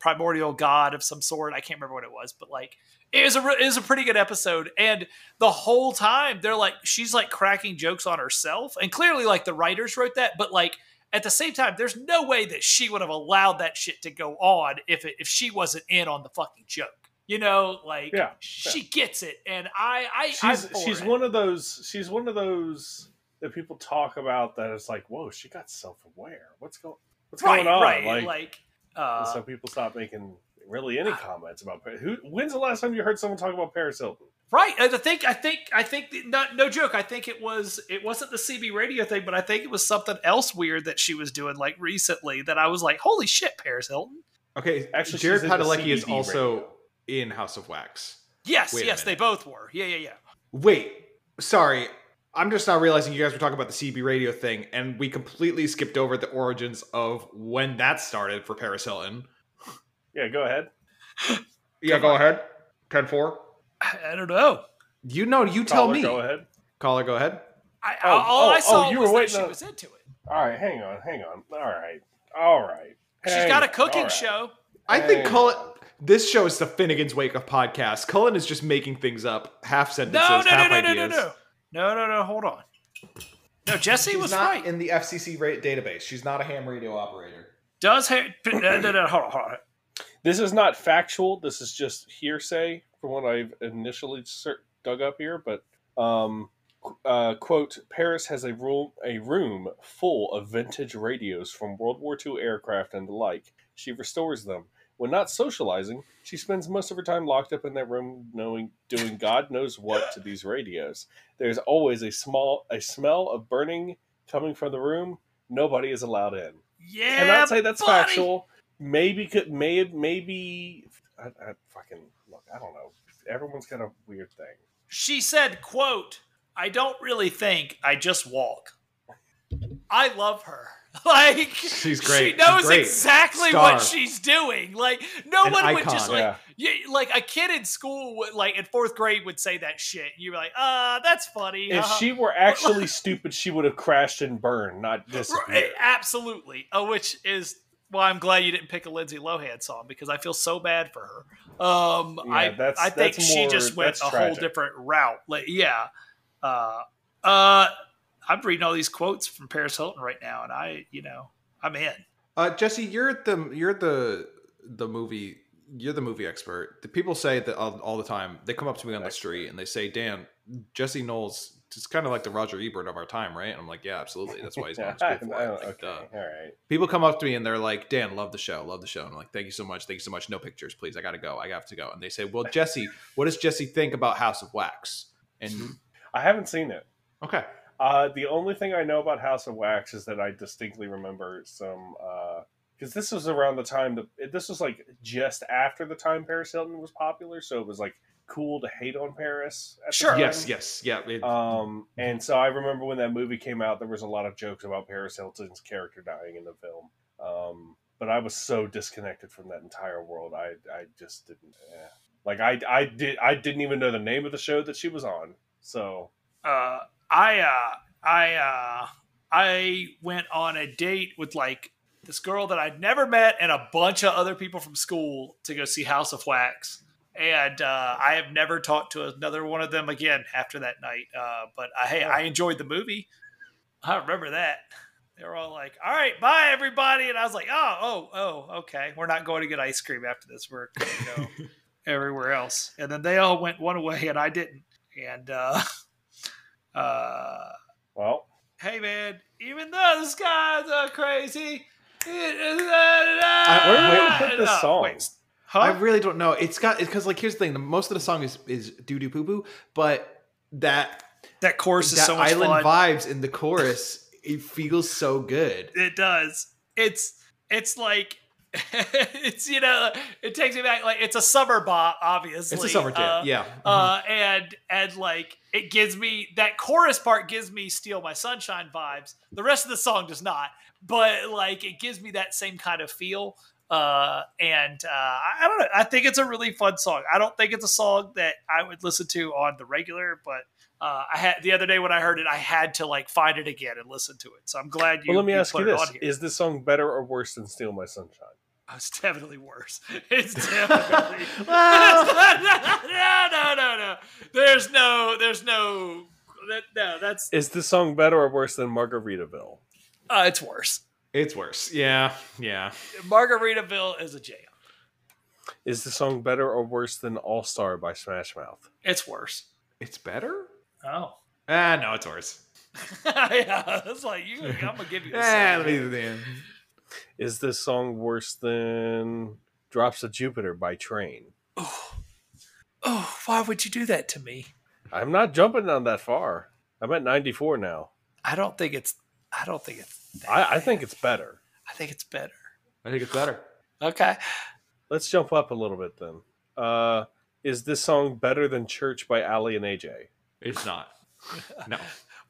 C: primordial god of some sort. I can't remember what it was, but like it was a re- it was a pretty good episode and the whole time they're like she's like cracking jokes on herself and clearly like the writers wrote that but like at the same time there's no way that she would have allowed that shit to go on if it, if she wasn't in on the fucking joke you know like
A: Yeah,
C: she gets it and i i
A: She's
C: I'm for
A: she's
C: it.
A: one of those. She's one of those that people talk about. That it's like, whoa, she got self aware. What's going? What's
C: right,
A: going on?
C: right
A: Like,
C: like,
A: and
C: uh
A: so people stop making really any comments about Par- who. When's the last time you heard someone talk about Paris Hilton?
C: Right. and I think I think I think that- not no joke. I think it was it wasn't the CB radio thing, but I think it was something else weird that she was doing like recently that I was like, "Holy shit, Paris Hilton."
B: Okay,
A: Actually,
B: Jared
A: she's into
B: Padalecki is
A: CBD
B: also
A: radio.
B: in House of Wax.
C: Yes,
B: Wait a
C: yes, they
B: minute.
C: both were. Yeah, yeah, yeah.
B: Wait, sorry. I'm just not realizing you guys were talking about the CB radio thing, and we completely skipped over the origins of when that started for Paris Hilton.
A: Yeah, go ahead.
B: Yeah, go ahead. 10 4.
C: I, I don't know.
B: You know, you tell
A: Caller,
B: me.
A: Go ahead.
B: Caller, go ahead.
C: I,
A: Oh,
C: all
A: oh,
C: I saw
A: oh, you were
C: was that
A: waiting
C: she
A: on-
C: was into it.
A: All right, hang on, hang on. All right, all right.
C: She's
A: Hang
C: got a
A: on,
C: cooking
A: all right.
C: show.
B: I think
A: Hey.
B: Cullen. This show is the Finnegan's Wake Up podcast. Cullen is just making things up, half sentences,
C: No, no, no,
B: half
C: no, no,
B: ideas.
C: no, no. No, no, no, hold on. No, Jesse
B: She's
C: was
B: not
C: right.
B: in the FCC rate database. She's not a ham radio operator.
C: Does Harry no, no, no, hold on, hold on.
A: This is not factual. This is just hearsay from what I've initially cer- dug up here. But um, qu- uh, quote: Paris has a room a room full of vintage radios from World War II aircraft and the like. She restores them. When not socializing, she spends most of her time locked up in that room, knowing doing God knows what to these radios. There's always a small a smell of burning coming from the room. Nobody is allowed in
C: Yeah.
A: cannot say that's
C: buddy.
A: factual. Maybe could may maybe I, I fucking look. I don't know. Everyone's got a weird thing.
C: She said, quote, I don't really think, I just walk. I love her. Like She
B: She's great.
C: knows
B: Great.
C: exactly
B: Star.
C: what she's doing. Like no
B: An
C: one would just
B: icon.
C: like
A: Yeah.
C: yeah, like a kid in school would like in fourth grade would say that shit. You'd be like, uh, that's funny.
A: If
C: haha."
A: she were actually stupid, she would have crashed and burned, not
C: Right,
A: disappeared.
C: absolutely. Uh, which is why I'm glad you didn't pick a Lindsay Lohan song because I feel so bad for her. Um,
A: Yeah,
C: I
A: that's-
C: I think
A: that's
C: she
A: more-
C: just went
A: that's
C: a whole
A: tragic.
C: different route. Like, yeah. Uh, uh, I'm reading all these quotes from Paris Hilton right now, and I, you know, I'm in.
B: Uh, Jesse, you're the you're the the movie you're the movie expert. The people say that all, all the time. They come up to me on the street and they say, "Dan, Jesse Knowles is kind of like the Roger Ebert of our time, right?" And I'm like, "Yeah, absolutely. That's why he's known in
A: I
B: school
A: don't-
B: for it." Like,
A: okay,
B: duh.
A: all right.
B: People come up to me and they're like, "Dan, love the show, love the show." And I'm like, "Thank you so much, thank you so much. No pictures, please. I gotta go. I have to go." And they say, "Well, Jesse, what does Jesse think about House of Wax?" And
C: Mm-hmm.
A: I haven't seen it.
B: okay,
A: Uh, the only thing I know about House of Wax is that I distinctly remember some because this was around the time that this was like just after the time Paris Hilton was popular, so it was like cool to hate on Paris. At the
C: Sure. Uh,
A: time.
B: yes, yes, yeah. Mm-hmm. it-
A: Um, and so I remember when that movie came out, there was a lot of jokes about Paris Hilton's character dying in the film. Um, but I was so disconnected from that entire world. I, I just didn't eh. like I I did I didn't even know the name of the show that she was on. So
C: uh, I uh, I uh, I went on a date with like this girl that I'd never met and a bunch of other people from school to go see House of Wax. And uh, I have never talked to another one of them again after that night. Uh, but uh, hey, I enjoyed the movie. I remember that. They were all like, "All right, bye, everybody," and I was like, "Oh, oh, oh, okay. We're not going to get ice cream after this. We're going to go everywhere else." And then they all went one way, and I didn't. And uh, uh,
A: well,
C: hey man, even though the skies are crazy, it is
A: where do we put this song?
C: Oh, Wait, huh?
B: I really don't know. It's got because like here's the thing. The most of the song is is doo doo poo poo, but that
C: that chorus is
B: that
C: so much fun.
B: island vibes in the chorus it feels so good.
C: It does. It's it's like it's you know it takes me back. Like it's a summer bop, obviously.
B: It's a summer
C: Uh,
B: jam, yeah.
C: uh,
A: Mm-hmm.
C: and and like it gives me that chorus part gives me "Steal My Sunshine" vibes. The rest of the song does not, but like it gives me that same kind of feel. Uh, and uh, I I don't know. I think it's a really fun song. I don't think it's a song that I would listen to on the regular, but uh, I had the other day when I heard it, I had to like find it again and listen to it. So I'm glad you.
A: well let me
C: you
A: ask
C: put
A: you
C: it
A: this:
C: on here.
A: Is this song better or worse than "Steal My Sunshine"?
C: Oh, it's definitely worse. It's definitely
B: Well-
C: no, no, no, no. There's no, there's no, that, no. That's
A: Is this song better or worse than "Margaritaville"?
C: uh, it's worse.
B: It's worse. Yeah, yeah.
C: Margaritaville is a jam.
A: Is this song better or worse than "All Star" by Smash Mouth?
C: It's worse.
B: It's better.
C: Oh,
B: Ah, no, it's worse.
C: yeah. It's like you. I'm gonna give you. This
B: Ah, let me do the end.
A: Is this song worse than "Drops of Jupiter" by Train?
C: Oh, why would you do that to me?
A: I'm not jumping down that far. I'm at 94 now.
C: I don't think it's. I don't think it's.
A: I, I think it's better.
C: I think it's better.
B: I think it's better.
C: Okay.
A: Let's jump up a little bit then. Uh, is this song better than Church by Ali and AJ?
B: It's not. No,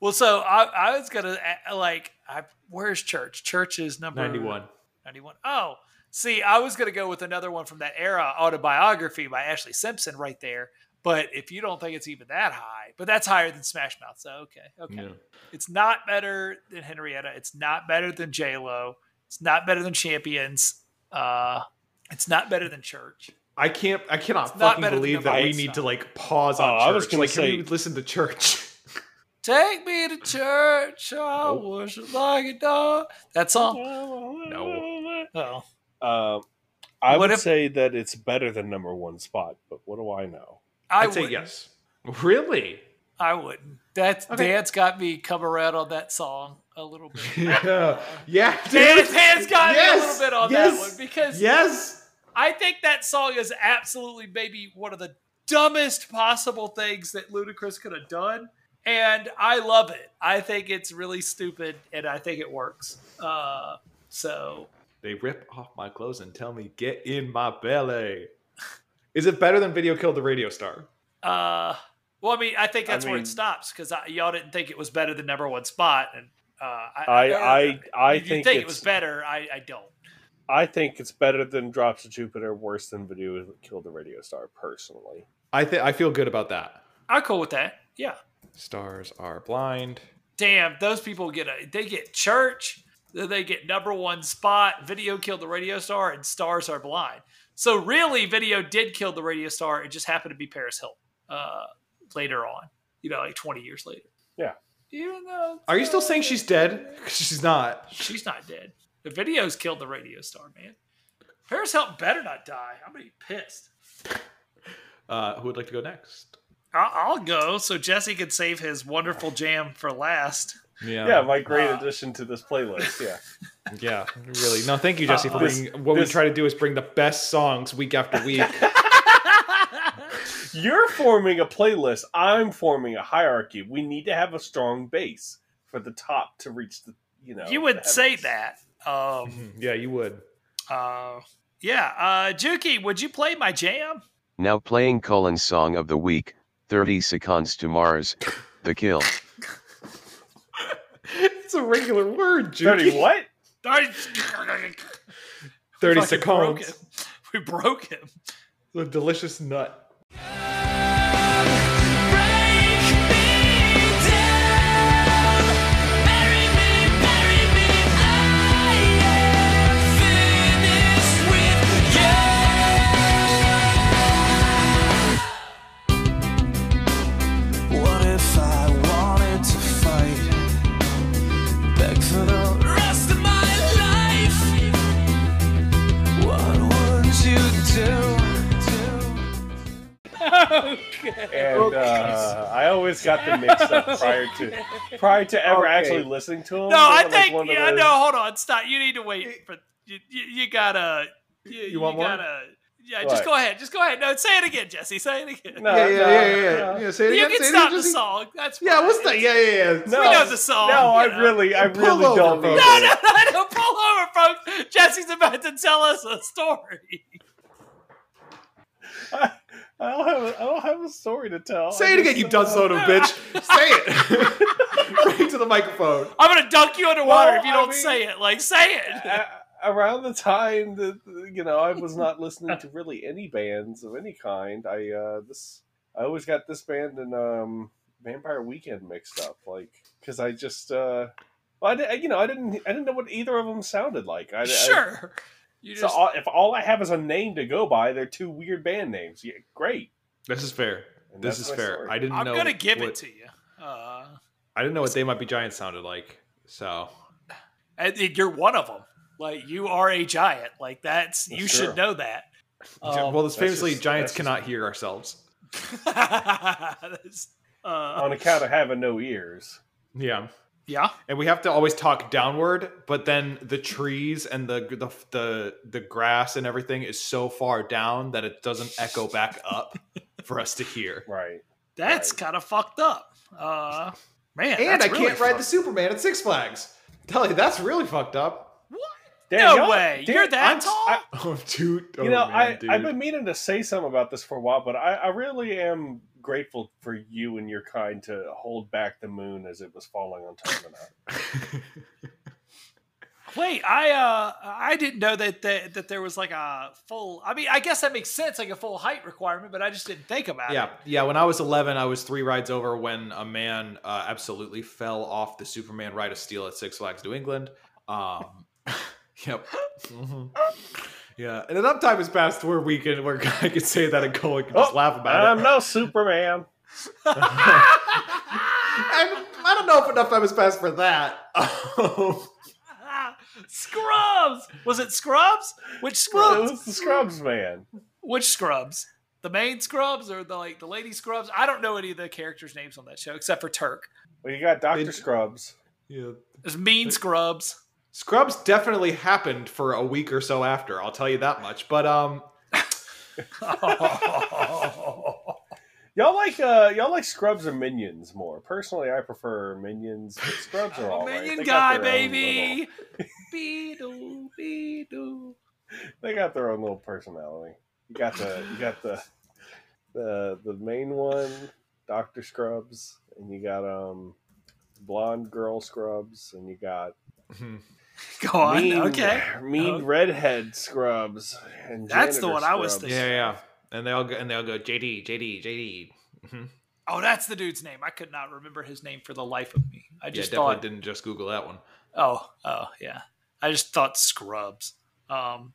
C: Well, so I, I was gonna uh, like, I, where's church? Church is number
B: ninety-one.
C: 91. Oh, see, I was going to go with another one from that era, Autobiography by Ashley Simpson, right there. But if you don't think it's even that high, but that's higher than Smash Mouth. So, okay. Okay.
B: Yeah.
C: It's not better than Henrietta. It's not better than Lo. It's not better than Champions. Uh, it's not better than Church.
B: I can't. I
C: not
B: cannot fucking
C: better than
B: believe that
C: number
B: we
C: eight.
B: need to like pause
A: Oh,
B: on.
A: I was
B: Church.
A: gonna
B: like, can
A: say-
B: we listen to church.
C: Take me to church. I
B: Nope.
C: worship like a dog. That song.
A: No.
C: Oh.
A: Uh, I
C: What
A: would
C: if-
A: say that it's better than number one spot, but what do I know?
C: I
B: I'd say
C: wouldn't.
B: yes. Really?
C: I wouldn't. That's
B: Okay.
C: Dan's got me come around on that song a little bit.
B: yeah. Yeah.
C: Dan,
B: dude.
C: Dan's got me a little
B: Yes,
C: bit on
B: yes,
C: that one because
B: Yes.
C: I think that song is absolutely maybe one of the dumbest possible things that Ludacris could have done. And I love it. I think it's really stupid and I think it works. Uh, so
B: They rip off my clothes and tell me, get in my belly. Is it better than Video Killed the Radio Star?
C: Uh, well, I mean, I think
A: I
C: that's where
A: mean-
C: it stops because y'all didn't think it was better than number one spot, and Uh, I
A: I
C: or-
A: I I
C: you
A: think,
C: it was
A: it's
C: better. I, I don't.
A: I think it's better than Drops of Jupiter. Worse than Video Killed the Radio Star. Personally,
B: I think I feel good about that.
C: I'm cool with that. Yeah.
B: Stars are blind.
C: Damn, those people get a they get church, then they get number one spot. Video killed the radio star, and stars are blind. So really, video did kill the radio star. It just happened to be Paris Hilton uh, later on. You know, like 20 years later.
A: Yeah.
C: Even though
B: Are you still saying she's dead? 'Cause she's not.
C: she's not dead? The videos killed the radio star, man. Paris Hilton better not die. I'm gonna be pissed.
B: Uh, who would like to go next?
C: I- I'll go so Jesse can save his wonderful jam for last.
A: yeah, my great
C: Uh,
A: addition to this playlist. Yeah,
B: Yeah, really. No, thank you, Jesse, for
C: Uh,
A: this-
B: bringing. What
A: this-
B: we try to do is bring the best songs week after week.
A: you're forming a playlist. I'm forming a hierarchy. We need to have a strong base for the top to reach the. You know,
C: you
A: the
C: would say
A: heavens.
C: that. Um,
B: Mhm, yeah, you would.
C: uh, yeah, uh, Juki, would you play my jam?
D: Now playing Colin's song of the week, 30 Seconds to Mars, The Kill.
B: It's a regular word, Judy.
A: Thirty what?
C: Thirty
B: Thirty
C: Broke him.
B: seconds.
C: We broke him.
B: The delicious nut.
F: What if I wanted to fight? Beg for the rest of my life. What would you do?
A: And uh, I always got them mixed up prior to prior to ever
B: Okay.
A: actually listening to them.
C: No, I think yeah. No, hold on, stop. You need to wait for you. You, you gotta. You, you
B: want more?
C: gotta, Yeah, just
A: What?
C: go ahead. Just go ahead. No, say it again, Jesse. Say it again.
A: No,
B: yeah, yeah,
A: no,
B: yeah, yeah, yeah.
A: no.
B: yeah. Say it
C: you
B: again,
C: can
B: say it
C: stop
B: again,
C: the
B: Jesse.
C: song. That's
B: Yeah,
C: fine.
B: what's the? Yeah, yeah, yeah.
A: No.
C: We know the song.
A: No, I
C: you know.
A: really, I
B: Oh, Pull
A: really
B: over,
A: don't.
B: man.
A: Need
C: No,
A: it.
C: no, no, no, pull over, folks. Jesse's about to tell us a story.
A: I, I don't have. A, I don't have a story to tell.
B: Say it
A: I
B: again, you dud son of a bitch. Say it. right to the microphone.
C: I'm gonna dunk you underwater
A: Well,
C: if you
A: I
C: don't
A: mean-
C: say it. Like, say it.
A: A- around the time that you know I was not listening to really any bands of any kind. I uh this I always got this band and um Vampire Weekend mixed up, like because I just uh. Well, I, di- you know, I didn't. I didn't know what either of them sounded like. I, I-
C: sure. You
A: so
C: just
A: all, if all I have is a name to go by, they're two weird band names. Yeah, great.
B: This is fair.
A: And
B: This
A: that's
B: is
A: my
B: fair.
A: story.
B: I didn't
C: I'm
B: know.
C: gonna give
B: what,
C: it to you. Uh,
B: I didn't know what they might be giants sounded like. So
C: and you're one of them. Like you are a giant. Like that's, you
A: That's
C: should
A: true.
C: know that. Um,
B: well, this
A: that's
B: famously,
A: just-
B: giants
A: that's just-
B: cannot hear ourselves.
C: that's- uh,
A: On account of having no ears.
B: Yeah,
C: yeah.
B: and we have to always talk downward. But then the trees and the the the, the grass and everything is so far down that it doesn't echo back up for us to hear.
A: Right.
C: That's
A: Right.
C: kind of fucked up. Uh, man.
B: And
C: that's
B: I
C: really
B: can't ride
C: fucked-
B: the Superman at Six Flags. Tell you, that's really fucked up.
C: What?
A: Damn,
C: No
A: y'all-
C: way.
A: damn,
C: You're that
A: I'm-
C: tall?
A: I-
B: Oh, dude. Oh,
A: you know,
B: man,
A: I,
B: dude.
A: I've been meaning to say something about this for a while, but I, I really am grateful for you and your kind to hold back the moon as it was falling on Termina.
C: Wait, I uh I didn't know that that, that there was like a full I mean, I guess that makes sense, like a full height requirement, but I just didn't think about
B: Yeah,
C: it.
B: yeah. When I was 11, I was three rides over when a man uh, absolutely fell off the Superman ride of steel at Six Flags New England. Um, yep. Mhm. Yeah, and enough time has passed where we can where I could say that and Cole can just
A: Oh,
B: laugh about
A: I'm
B: it.
A: no Superman.
B: I, I don't know if enough time has passed for that. Um,
C: Scrubs! Was it Scrubs? Which
A: It
C: Scrubs?
A: was the Scrubs man.
C: Which Scrubs? The main Scrubs or the like the lady Scrubs? I don't know any of the characters' names on that show except for Turk.
A: Well, you got Doctor
B: They-
A: Scrubs.
B: yeah.
C: There's mean Scrubs.
B: Scrubs definitely happened for a week or so after. I'll tell you that much. But um,
A: Y'all like uh, y'all like Scrubs or Minions more. Personally, I prefer Minions. But Scrubs are all
C: Oh,
A: right.
C: minion
A: They got
C: guy,
A: their own
C: baby. Beedle, beedle.
A: they got their own little personality. You got the you got the the the main one, Doctor Scrubs, and you got um blonde girl scrubs, and you got
C: Mm-hmm. Go on.
A: mean,
C: okay.
A: mean
C: Okay.
A: redhead scrubs. And
C: That's the
A: janitor
C: one I was
A: scrubs.
B: Yeah, yeah. And they all go, and they all go JD, JD, JD. hmm
C: Oh, that's the dude's name. I could not remember his name for the life of me. I
B: Yeah,
C: just
B: definitely
C: thought.
B: didn't just Google that one.
C: Oh, oh yeah. I just thought scrubs. Um,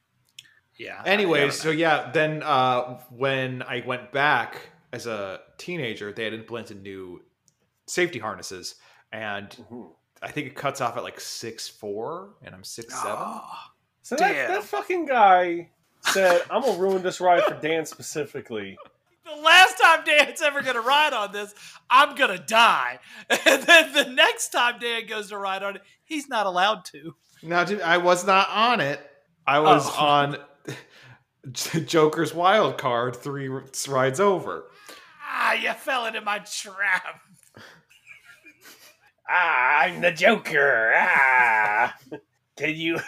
C: yeah. I- I don't
B: Anyways,
C: know.
B: so yeah, then uh, when I went back as a teenager, they had implanted new safety harnesses, and
A: Mhm.
B: I think it cuts off at like six four, and I'm six seven.
C: Oh,
A: So that,
C: Damn.
A: that fucking guy said, "I'm gonna ruin this ride for Dan specifically."
C: the last time Dan's ever gonna ride on this, I'm gonna die. And then the next time Dan goes to ride on it, he's not allowed to.
B: Now, dude, I was not on it. I was
C: Oh.
B: on Joker's wild card three rides over.
C: Ah, you fell into my trap.
A: Ah, I'm the Joker. Ah, can you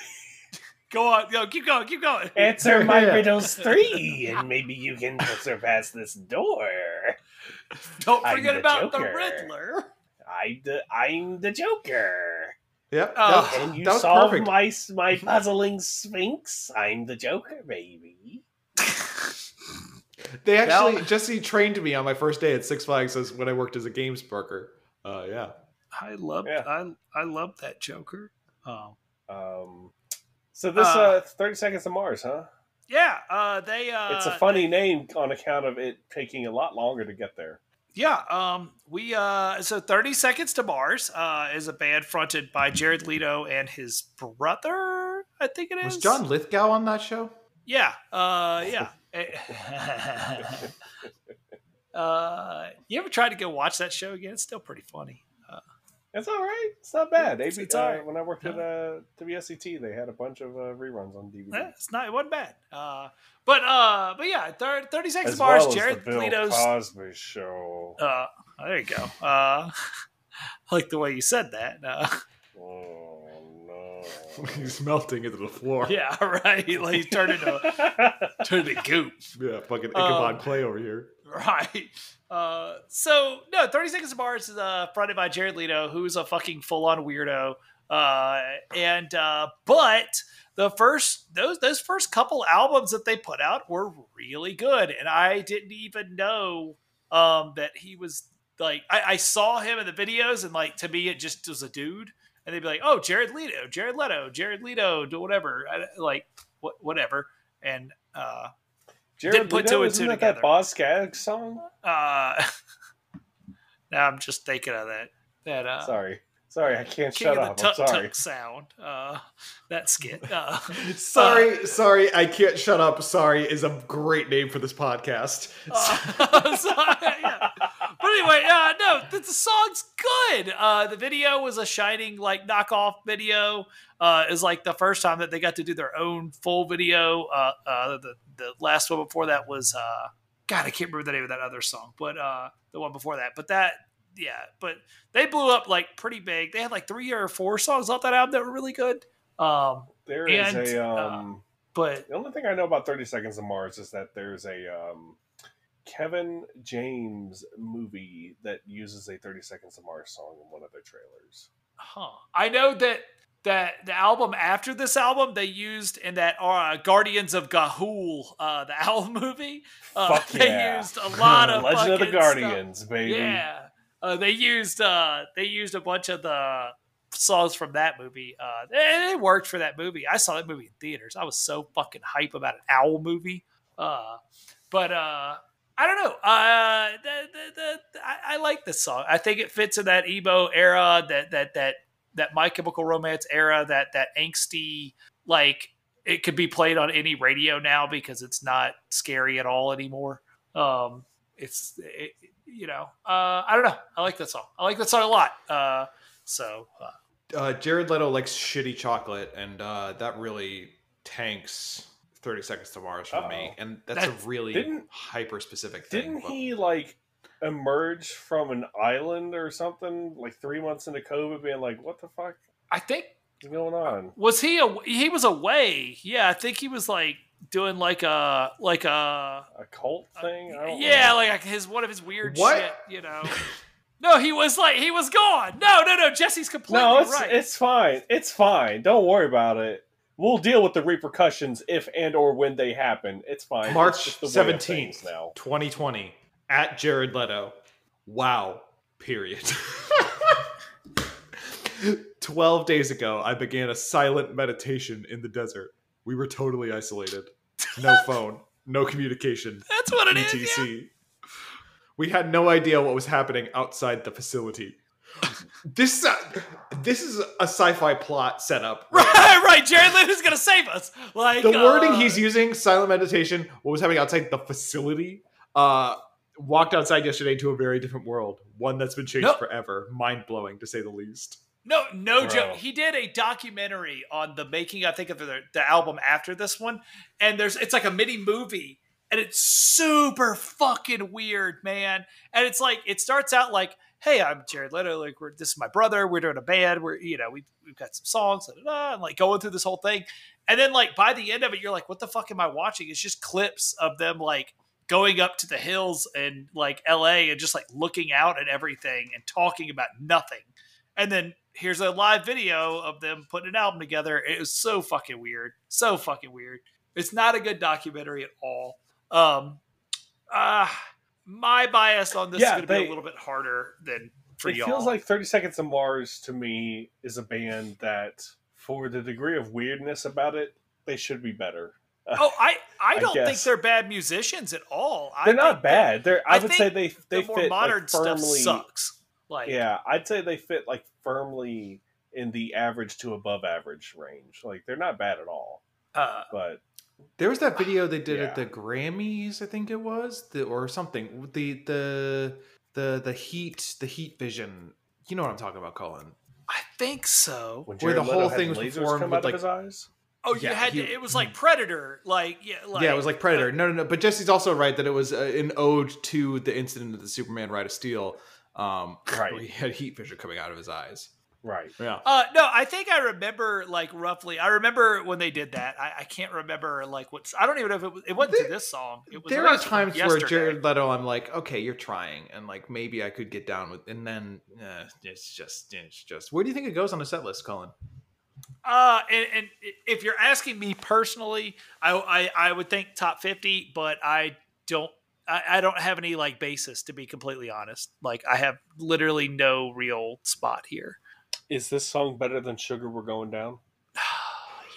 C: Go on, yo, keep going, keep going.
A: answer
B: my Yeah.
A: riddles three, and maybe you can surpass this door?
C: Don't
A: I'm
C: forget
A: the
C: about the
A: Joker.
C: Riddler.
A: I'm the I'm the Joker.
B: Yep,
C: Oh.
B: that,
A: Can you
B: that was
A: solve
B: perfect.
A: my my puzzling sphinx? I'm the Joker, baby.
B: They
C: Now-
B: actually Jesse trained me on my first day at Six Flags as when I worked as a games broker. Uh, yeah.
C: I love
A: Yeah.
C: I I love that Joker. Um
A: Um, so this uh,
C: Uh,
A: Thirty Seconds to Mars, huh?
C: yeah, uh they uh
A: It's a funny name on account of it taking a lot longer to get there.
C: Yeah, um, we uh, so Thirty Seconds to Mars uh, is a band fronted by Jared Leto and his brother. I think it is
B: Was John Lithgow on that show?
C: Yeah, uh, yeah. uh, you ever tried to go watch that show again? It's still pretty funny.
A: It's all right. It's not bad.
C: It's-
A: They-
C: it's
A: uh,
C: all right.
A: When I worked at uh, WSET, they had a bunch of uh, reruns on DVD.
C: Yeah, Eh, it's not it wasn't bad. Uh, but uh, but yeah, thir- Thirty Seconds
A: As
C: to Mars.
A: well as
C: Jared
A: the Bill
C: Leto's.
A: Cosby Show.
C: uh, there you go. Uh, I like the way you said that. Uh,
A: oh
B: He's melting into the floor.
C: yeah, right. Like you turned into
A: no!
C: turned into goop.
B: yeah fucking
C: Ichabod Um,
B: Clay over here.
C: Right. Uh, so no, Thirty Seconds to Mars is uh, fronted by Jared Leto, who's a fucking full-on weirdo. Uh, and uh, but the first those those first couple albums that they put out were really good, and I didn't even know um, that he was like I, I saw him in the videos, and like to me it just was a dude, and they'd be like, oh Jared Leto, Jared Leto, Jared Leto, do whatever, I, like wh- whatever, and uh,
A: Jared
C: put
A: put
C: two
A: Leto,
C: and
A: isn't
C: two
A: that that
C: together.
A: Boz Skaggs song?
C: Uh, now I'm just thinking of that that uh,
A: sorry, sorry, I can't
C: King
A: shut
C: of
A: up.
C: the
A: I'm
C: Tuk
A: sorry.
C: Tuk sound. Uh, that skit. Uh,
B: Sorry, sorry, I can't shut up. Sorry is a great name for this podcast.
C: uh, so, yeah. But anyway, uh, no, the, the song's good. Uh, the video was a shining like knockoff video. Uh, is like the first time that they got to do their own full video. Uh, uh, the the last one before that was uh, God, I can't remember the name of that other song, but uh, the one before that. But that, yeah, but they blew up like pretty big. They had like three or four songs off that album that were really good. Um,
A: There is
C: And,
A: a.
C: uh,
A: Um,
C: but
A: The only thing I know about Thirty Seconds to Mars is that there's a um, Kevin James movie that uses a Thirty Seconds to Mars song in one of their trailers.
C: Huh. I know that that the album after this album they used in that uh, Guardians of Gahul, uh, the Owl movie. Uh,
A: Fuck
C: they
A: yeah.
C: used a lot of
A: Legend of the
C: fucking stuff.
A: Guardians, baby.
C: Yeah. Uh, they used uh, they used a bunch of the songs from that movie. Uh, and it worked for that movie. I saw that movie in theaters. I was so fucking hype about an owl movie. Uh, but uh, I don't know. Uh, the, the, the, I, I like this song. I think it fits in that emo era, that that that that My Chemical Romance era, that that angsty like it could be played on any radio now because it's not scary at all anymore. Um, it's it, you know uh, I don't know. I like that song. I like that song a lot. Uh, so uh,
B: Uh, Jared Leto likes shitty chocolate, and uh, that really tanks 30 Seconds to Mars for me.
A: Uh-oh.
B: And that's
C: That-
B: a really
A: didn't-
B: hyper specific thing.
A: Didn't
B: but-
A: he like emerge from an island or something like three months into COVID, being like, "What the fuck
C: I think
A: is going
C: Uh,
A: on?"
C: was he a, he was away. Yeah, I think he was like doing like a like a
A: A cult thing? I don't
C: uh, yeah
A: know.
C: like his one of his weird
B: What?
C: shit. You know. No, he was like he was gone. No, no, no. Jesse's completely
A: No, it's
C: right.
A: it's fine. It's fine. Don't worry about it. We'll deal with the repercussions if and or when they happen. It's fine. It's
B: March
A: just the way of things
B: seventeenth,
A: now.
B: twenty twenty, at Jared Leto. Wow. Period. Twelve days ago, I began a silent meditation in the desert. We were totally isolated. No phone. No communication.
C: That's what it is. yeah.
B: ETC. We had no idea what was happening outside the facility. this uh, this is a sci-fi plot setup.
C: Right, right. Jared Leto's gonna save us. Like
B: The wording
C: uh,
B: he's using, silent meditation, what was happening outside the facility, uh, walked outside yesterday to a very different world, one that's been changed
C: No.
B: forever. Mind blowing, to say the least.
C: No, no
A: Bro.
C: joke. He did a documentary on the making, I think, of the, the album after this one, and there's it's like a mini movie, and it's super fucking weird, man. And it's like it starts out like, "Hey, I'm Jared Leto. Like, we're, this is my brother. We're doing a band. We're you know we we've got some songs, da, da, da, and like going through this whole thing, and then like by the end of it, you're like, what the fuck am I watching? It's just clips of them like going up to the hills and like L.A. and just like looking out at everything and talking about nothing and then here's a live video of them putting an album together. It was so fucking weird, so fucking weird. It's not a good documentary at all. Um, uh, my bias on this
A: Yeah,
C: is going to be
A: they-
C: a little bit harder than for
A: it
C: y'all.
A: feels like 30 seconds to mars to me is a band that for the degree of weirdness about it they should be better
C: oh, I I
A: I
C: don't think
A: guess.
C: they're bad musicians at all. I
A: they're not
C: think that
A: bad they're i,
C: I
A: would
C: think
A: say they they
C: the more
A: fit
C: modern
A: like,
C: stuff
A: firmly
C: sucks. Like,
A: yeah i'd say they fit like firmly in the average to above average range like they're not bad at all
C: uh,
A: but
B: There was that video they did
A: Yeah.
B: at the Grammys, I think it was, the, or something. The the the the heat the heat vision. You know what I'm talking about, Colin.
C: I think so.
A: when
B: Where
A: Jared
B: the
A: Leto
B: whole
A: had
B: thing was
A: lasers
B: performed
A: come
B: with,
A: out
B: like-
A: of his eyes
C: Oh, you
B: Yeah,
C: had
B: he-
C: to, it was like Predator. Like yeah, like, uh,
B: yeah, it was like uh, Predator. No, no, no. But Jesse's also right that it was uh, an ode to the incident of the Superman Ride of Steel. Um,
A: Right.
B: where he had heat vision coming out of his eyes.
A: right
B: Yeah.
C: Uh, no, I think I remember like roughly. I remember when they did that. I, I can't remember like what's. I don't even know if it was. It wasn't to this song. It was
B: There are
C: released
B: times
C: yesterday.
B: where Jared Leto, I'm like, okay, you're trying, and like maybe I could get down with, and then uh, it's just, it's just. Where do you think it goes on a set list, Colin?
C: Uh, and, and if you're asking me personally, I, I I would think top fifty, but I don't. I, I don't have any like basis to be completely honest. Like I have literally no real spot here.
A: is this song better than sugar we're going down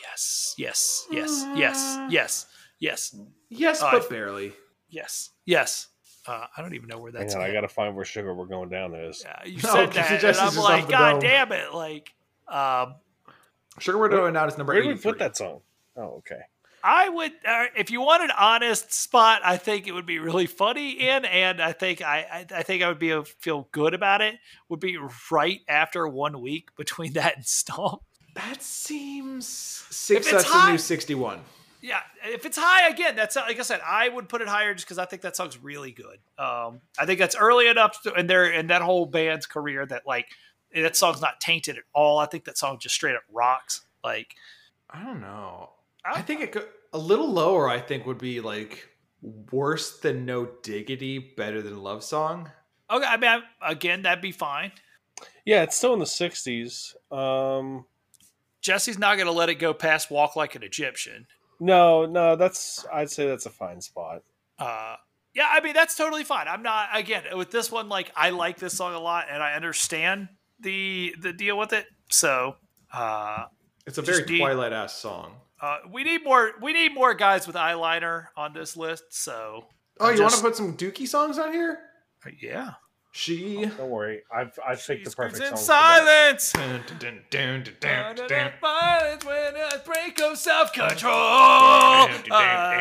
C: yes, yes, yes, yes, yes, yes,
B: Yes,
C: Uh,
B: but barely.
C: yes, yes. Uh, I don't even know where
A: Hang
C: that's.
A: on, i
C: at.
A: gotta find where sugar we're going down is
C: Yeah, you
B: No,
C: said
B: 'cause
C: that,
B: it's
C: and
B: just- it's
C: I'm
B: just off
C: like,
B: the
C: God
B: dome."
C: damn it! Like, um,
B: Sugar We're Going Out is number
A: where
B: eighty.
A: did we put that song oh okay
C: I would, uh, if you want an honest spot, I think it would be really funny in, and I think I, I, I think I would be a, feel good about it. Would be right after one week between that and Stomp.
B: That seems six.
C: it's
B: That's a
C: high-
B: new sixty-one.
C: Yeah, if it's high again, that's like I said, I would put it higher just because I think that song's really good. Um, I think that's early enough to, in their in that whole band's career that like that song's not tainted at all. I think that song just straight up rocks. Like,
B: I don't know.
C: I-
B: I think it could, a little lower. I think would be like worse than No Diggity, better than Love Song.
C: okay, I mean, I, again, that'd be fine.
A: yeah it's still in the 60s um
C: Jesse's not going to let it go past walk like an Egyptian.
A: No, no, that's I'd say that's a fine spot.
C: Uh, yeah, I mean that's totally fine. I'm not again with this one. Like I like this song a lot, and I understand the the deal with it. So uh,
B: It's a
C: Just
B: very
C: need-
B: Twilight ass song.
C: uh, we need more we need more guys with eyeliner on this list. So
B: Oh, you
C: Just-
B: want to put some Dookie songs on here?
F: Uh,
C: yeah,
B: She.
A: Don't worry, I've I've picked the perfect song.
C: in
A: for that.
C: silence.
B: Dun, dun, dun, dun, dun, dun, dun, dun.
C: Violence when I break of self control. Are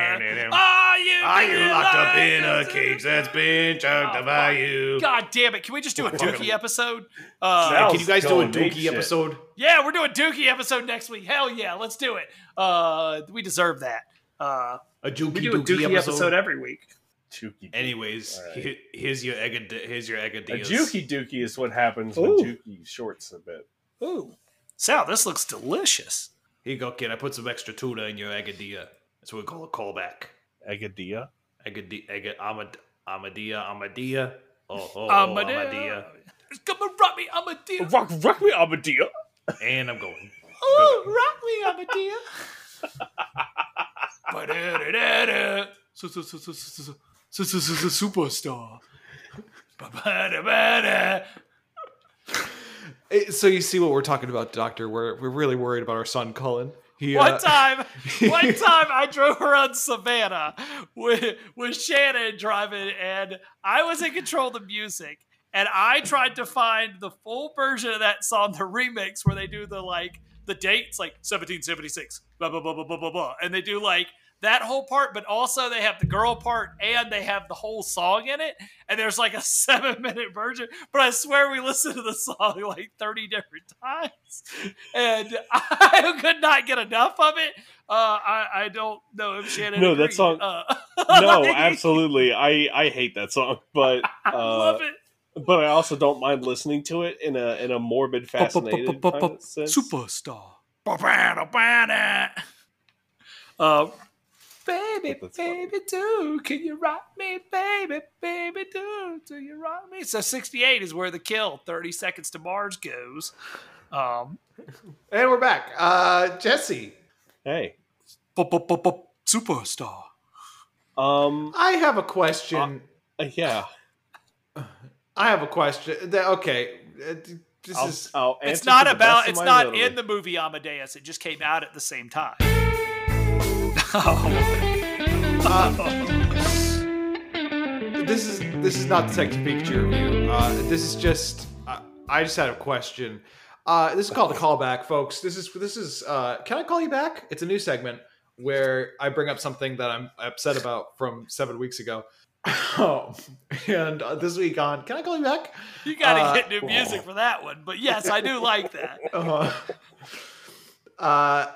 C: you
F: Are you locked up in a
C: lifeless?
F: cage that's been choked
C: Oh,
F: up by you?
C: God damn it! Can we just do a Dookie episode?
A: That
C: Uh,
B: Can you guys do a
A: Going ape
B: Dookie
A: shit.
B: episode?
C: yeah, we're doing Dookie episode next week. Hell yeah, let's do it. Uh, we deserve that. Uh,
B: A Dookie,
C: we do a
B: Dookie, episode.
C: every week.
A: Dookie.
F: Anyways,
A: All right.
F: he- here's your egg. Here's your
A: A
F: egg.
A: Juki Dookie is what happens
C: Ooh.
A: when Juki shorts a bit.
C: Ooh, Sal, this looks delicious.
F: Here you go, kid. I put some extra tuna in your agadilla. That's what we call a callback.
A: Agadia.
F: Agadia, aga, amad, amadia, amadia.
G: Oh, oh, oh
C: Amadeo.
G: Amadea.
C: Come and rock me, Amadeo.
A: Rock, rock me, Amadea.
G: And I'm going.
C: Ooh, rock me, Amadeo. Ba-da-da-da-da. Su- su- su- su- su- su- su- su- su- su- Superstar. Ba-ba-da-ba-da.
B: It- so you see what we're talking about, Doctor. We're we're really worried about our son Cullen. He, uh,
C: One time, one time I drove around Savannah with, with Shannon driving, and I was in control of the music. And I tried to find the full version of that song, the remix, where they do the like the dates, like 1776, blah blah blah blah blah blah blah, and they do like that whole part, but also they have the girl part and they have the whole song in it. And there's like a seven minute version, but I swear we listened to the song like 30 different times and I could not get enough of it. Uh, I, I don't know if Shannon.
A: No, that
C: agreed.
A: song-
C: Uh,
A: No,
C: like,
A: absolutely. I I hate that song, but
C: I
A: uh,
C: love it.
A: but I also don't mind listening to it in a in a morbid fascinated kind of sense.
C: Superstar. Ba-ba-da-ba-da. Uh, baby,
A: That's funny.
C: baby, do can you rock me, baby, baby, do do you rock me? So sixty-eight is where the kill, thirty seconds to Mars goes. Um,
B: and we're back. Uh, Jesse,
A: Hey,
C: superstar.
A: um, uh,
B: I have a question.
A: yeah,
B: I have a question. That- okay, uh, d- this
A: I'll,
B: is
A: I'll answer
C: It's not
A: to the best
C: about.
A: of
C: It's
A: my
C: not
A: ability.
C: in the movie Amadeus. It just came out at the same time. Oh,
B: this is this is not the Sex and Pikachu review. Uh, this is just uh, I just had a question. Uh, this is called a callback, folks. This is this is. Uh, can I call you back? It's a new segment where I bring up something that I'm upset about from seven weeks ago. Um, and uh, this week on, can I call you back?
C: you got to
B: Uh,
C: get new music for that one. But yes, I do like that.
B: Uh, uh,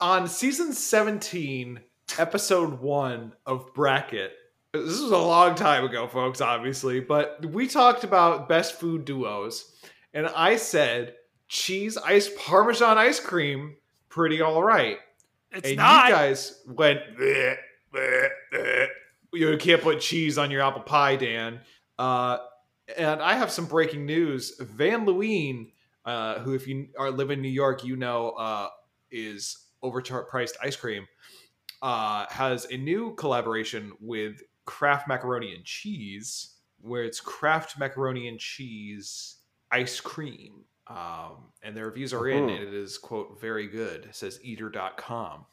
B: on season 17, episode one of Bracket. This was a long time ago, folks, obviously, but we talked about best food duos, and I said cheese ice parmesan ice cream, pretty all right.
C: It's
B: and
C: not.
B: you guys went, "Bleh, bleh, bleh." you can't put cheese on your apple pie, Dan. Uh, and I have some breaking news. Van Leeuwen, uh, who, if you are live in New York, you know uh, is overpriced ice cream, uh, has a new collaboration with Kraft Macaroni and Cheese, where it's Kraft Macaroni and Cheese ice cream. Um, and the reviews are in,
A: Mhm.
B: and it is, quote, very good, It says eater.com.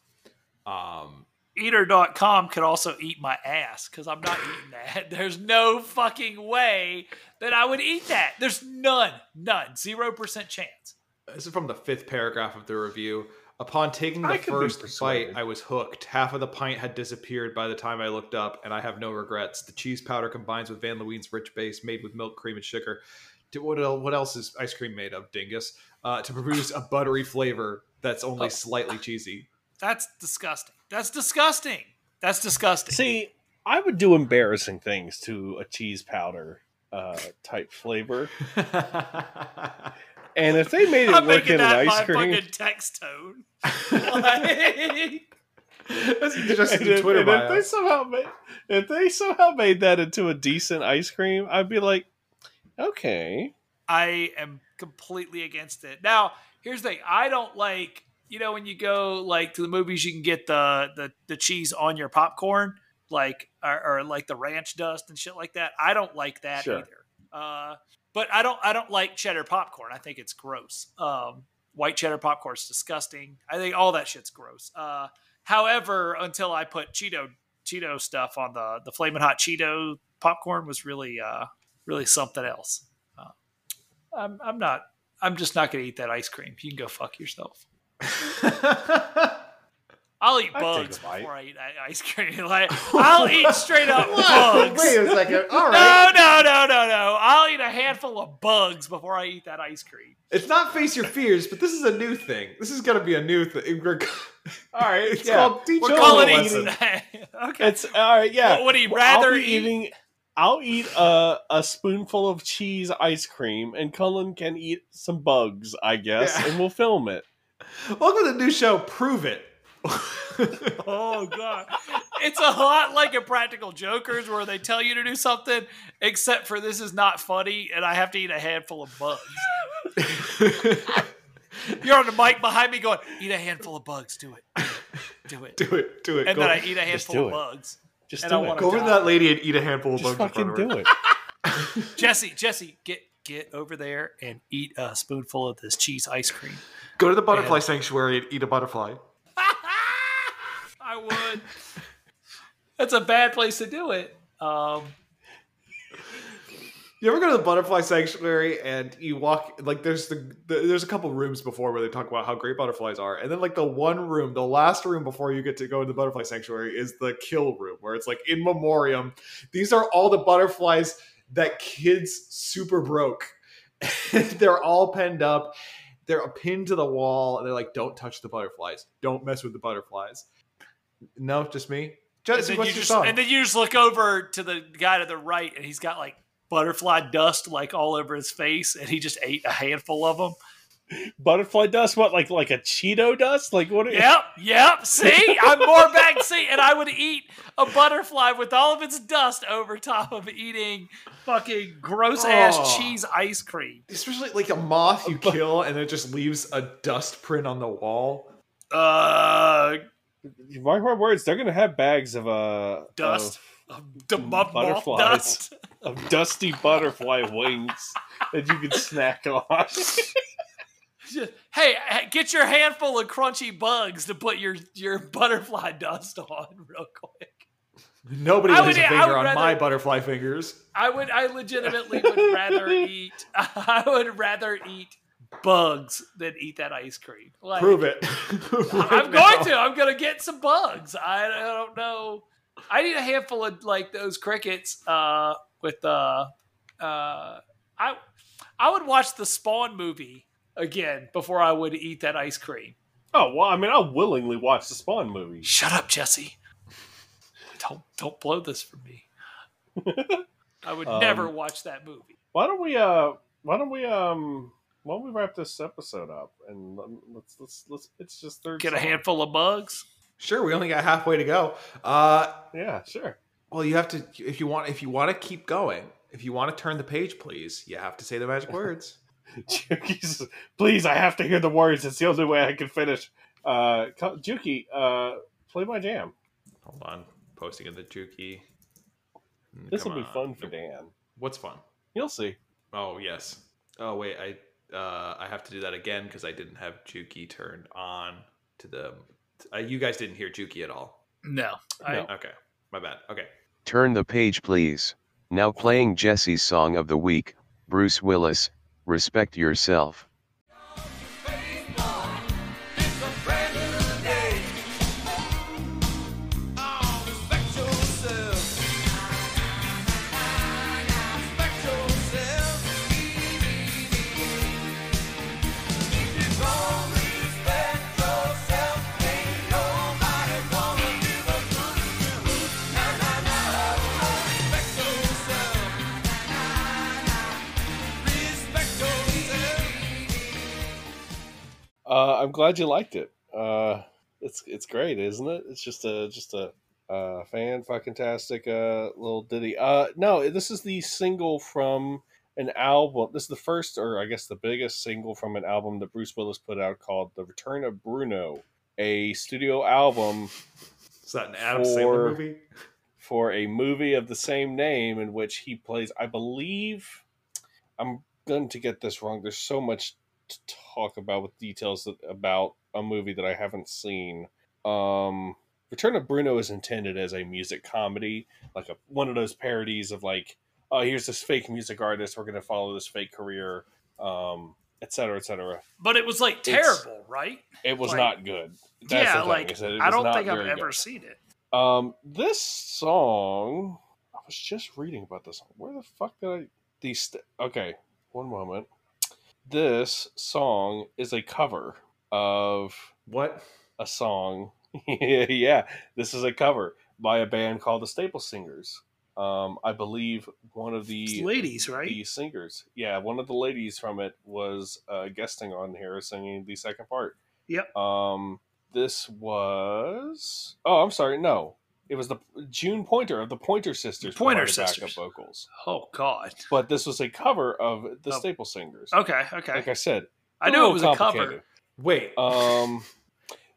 B: Um,
C: Eater.com could also eat my ass because I'm not eating that. There's no fucking way that I would eat that. There's none, none, zero percent chance.
B: This is from the fifth paragraph of the review. Upon taking the
A: I could be
B: first bite,
A: persuaded.
B: I was hooked. Half of the pint had disappeared by the time I looked up, and I have no regrets. The cheese powder combines with Van Leeuwen's rich base, made with milk, cream, and sugar. D- What el- what else is ice cream made of, dingus? Uh, to produce a buttery flavor that's only slightly cheesy.
C: That's disgusting. That's disgusting. That's disgusting.
A: See, I would do embarrassing things to a cheese powder uh, type flavor, and if they made it
C: I'm
A: work
C: making
A: in an
C: that
A: ice
C: my
A: cream,
C: fucking text tone. Like-
B: That's just
A: and
B: the
A: if,
B: Twitter
A: and if
B: bio.
A: they somehow made, if they somehow made that into a decent ice cream, I'd be like, okay,
C: I am completely against it. Now, here's the thing: I don't like you know when you go like to the movies, you can get the the, the cheese on your popcorn, like or, or like the ranch dust and shit like that. I don't like that
A: Sure.
C: either. Uh, but I don't I don't like cheddar popcorn. I think it's gross. Um, white cheddar popcorn is disgusting. I think all that shit's gross. Uh, however, until I put Cheeto Cheeto stuff on the the flaming hot Cheeto popcorn was really uh really something else. I'm, I'm not. I'm just not going to eat that ice cream. You can go fuck yourself. I'll eat
A: I'd take
C: bugs
A: a bite.
C: before I eat i- ice cream. Like I'll eat straight up bugs.
B: Wait a second. All right.
C: no, no, no, no, no. I'll eat a handful of bugs before I eat that ice cream.
B: It's not face your fears, but this is a new thing. This is gonna be a new thing. We're-
A: all right,
B: It's called teach
C: We're
B: Children
C: calling
B: a
C: it
B: lesson.
C: okay.
A: It's all right. Yeah,
C: What would he
A: Well,
C: rather
A: I'll be
C: eat?
A: eating? I'll eat a, a spoonful of cheese ice cream, and Cullen can eat some bugs, I guess,
B: Yeah.
A: and we'll film it.
B: Welcome to the new show. Prove it.
C: Oh god. It's a lot like Impractical Jokers where they tell you to do something except for this is not funny and I have to eat a handful of bugs. You're on the mic behind me going, "Eat a handful of bugs, do it. Do it."
B: do it, do it.
C: And
B: go
C: then I eat a handful
G: do
C: of
G: it.
C: bugs.
G: Just
C: And
G: do
C: I
G: it.
C: wanna-
B: go over to that lady and eat a handful of
G: Just
B: bugs. in
G: fucking
B: front of
G: do
B: her.
G: it.
C: Jesse, Jesse, get get over there and eat a spoonful of this cheese ice cream.
B: Go to the butterfly sanctuary and eat a butterfly.
C: I would. That's a bad place to do it. Um,
B: You ever go to the butterfly sanctuary and you walk like there's the, the there's a couple rooms before where they talk about how great butterflies are, and then like the one room, the last room before you get to go to the butterfly sanctuary is the kill room where it's like in memoriam. These are all the butterflies that kids super broke. they're all penned up. They're pinned to the wall, and they're like, "Don't touch the butterflies. Don't mess with the butterflies." No, just me.
C: and,
B: Jesse,
C: then
B: what's
C: you
B: your
C: just,
B: song?
C: and then you just look over to the guy to the right, and he's got like butterfly dust like all over his face, and he just ate a handful of them.
G: Butterfly dust? What? Like like a Cheeto dust? Like what? Are,
C: Yep, yep. See, I'm more back. See, and I would eat a butterfly with all of its dust over top of eating fucking gross ass
B: Oh.
C: cheese ice cream.
B: especially like a moth you kill and it just leaves a dust print on the wall.
C: Uh,
G: Mark my words, they're gonna have bags of uh
C: dust. The moth
G: butterflies.
C: dust.
G: of, of dusty butterfly wings that you can snack on.
C: Just- hey, h- get your handful of crunchy bugs to put your your butterfly dust on real quick.
B: Nobody
C: I
B: lays
C: would-
B: a
C: I
B: finger
C: would
B: on
C: rather-
B: my butterfly fingers.
C: I would I legitimately would rather eat I would rather eat bugs than eat that ice cream. Like,
B: Prove it.
C: I'm going to. I'm going to get some bugs. I, I don't know. I need a handful of like those crickets uh, with uh, uh, I I would watch the Spawn movie again before I would eat that ice cream.
A: Oh well, I mean, I'll willingly watch the Spawn movie.
C: Shut up, Jesse. Don't don't blow this for me. I would
A: Um,
C: never watch that movie.
A: Why don't we? Uh, why don't we? Um, why don't we wrap this episode up and um, let's let's let's it's just third.
C: Get a
A: song.
C: handful of bugs.
B: Sure, we only got halfway to go. Uh,
A: Yeah, sure.
B: well, you have to if you want if you want to keep going. If you want to turn the page, please, you have to say the magic words.
A: Juki's, please, I have to hear the words. It's the only way I can finish. Uh, co- Juki, uh, play my jam.
B: Hold on, posting in the Juki. Mm,
A: This
B: come
A: will be
B: on.
A: fun for Dan.
B: What's fun?
A: You'll see.
B: Oh yes. Oh wait, I uh, I have to do that again because I didn't have Juki turned on to the. Uh, you guys didn't hear Juki at all.
C: No, I,
A: No.
B: Okay, my bad. Okay.
D: Turn the page, please. Now playing Jesse's song of the week, Bruce Willis, Respect Yourself.
A: Uh, I'm glad you liked it. Uh, it's it's great, isn't it? It's just a just a uh, fan fucking tastic uh, little ditty. Uh, no, this is the single from an album. This is the first, or I guess the biggest single from an album that Bruce Willis put out called "The Return of Bruno," a studio album
B: Is that an Adam
A: For-
B: Sandler movie?
A: for a movie of the same name in which he plays i believe i'm going to get this wrong there's so much to talk about with details that, about a movie that i haven't seen um return of bruno is intended as a music comedy like a, one of those parodies of like oh here's this fake music artist we're going to follow this fake career um et cetera, et cetera.
C: but it was like
A: It's-
C: terrible, right?
A: it was
C: Like-
A: not good That's
C: yeah,
A: the thing,
C: like
A: is that it
C: I
A: was
C: don't
A: not
C: think I've
A: very
C: ever
A: good.
C: seen it.
A: Um, this song, I was just reading about this. Where the fuck did I? These. St- okay, one moment. This song is a cover of
B: What?
A: a song. yeah, this is a cover by a band called the Staple Singers. Um, I believe one of
C: It's
A: the
C: ladies, right?
A: the singers, yeah, one of the ladies from it was uh, guesting on here singing the second part.
C: Yep.
A: Um, This was oh, I'm sorry, no, it was the June Pointer of the Pointer Sisters.
C: Pointer
A: provided backup
C: Sisters.
A: vocals,
C: Oh God.
A: but this was a cover of the
C: Oh.
A: Staple Singers.
C: Okay.
A: Like
C: Okay.
A: I said,
C: I knew it
A: little
C: was a
A: complicated.
C: cover.
B: Wait,
A: Um,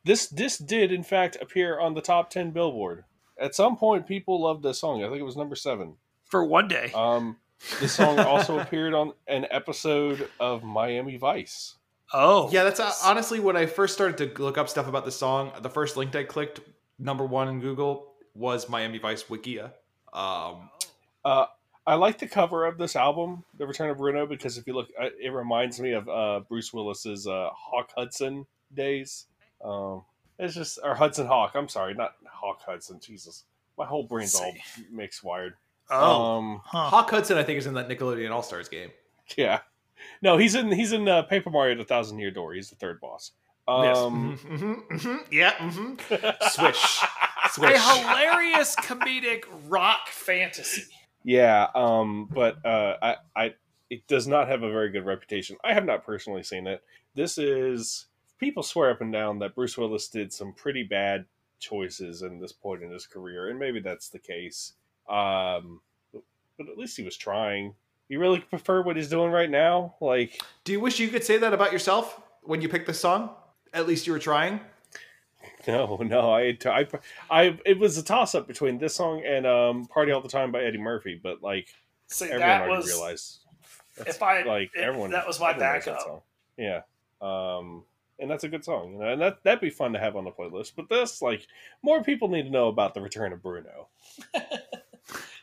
A: this this did in fact appear on the top ten Billboard. At some point, people loved this song. I think it was number seven.
C: for one day.
A: Um, this song also appeared on an episode of Miami Vice.
C: oh,
B: yeah, that's uh, honestly when I first started to look up stuff about the song. The first link I clicked, number one in Google, was Miami Vice Wikia. Um,
A: Uh, I like the cover of this album, "The Return of Bruno," because if you look, uh, it reminds me of uh, Bruce Willis's uh, Hawk Hudson days. Um, it's just or Hudson Hawk. I'm sorry, not Hawk Hudson. Jesus, my whole brain's all mixed wired.
C: Oh,
A: Um,
C: huh.
B: Hawk Hudson, I think, is in that Nickelodeon All Stars game.
A: Yeah. No, he's in he's in uh, Paper Mario: The Thousand Year Door. He's the third boss. Um,
B: Mhm,
C: mm-hmm.
B: mhm, yeah. hmm Swish.
C: a
B: Swish.
C: hilarious comedic rock fantasy.
A: yeah. Um, but uh, I I it does not have a very good reputation. I have not personally seen it. This is people swear up and down that Bruce Willis did some pretty bad choices in this point in his career, and maybe that's the case. Um, but, but at least he was trying. You really prefer what he's doing right now? Like,
B: Do you wish you could say that about yourself when you picked this song? At least you were trying.
A: No, no, I, I, I, it was a toss up between this song and um, "Party All the Time" by Eddie Murphy, but like
C: See,
A: everyone
C: that
A: already
C: was
A: realized, that's,
C: if I
A: like
C: if-
A: everyone
C: that was my
A: everyone knows that
C: backup.
A: song. Yeah, um, and that's a good song, you know, and that that'd be fun to have on the playlist. But this, like, more people need to know about the return of Bruno.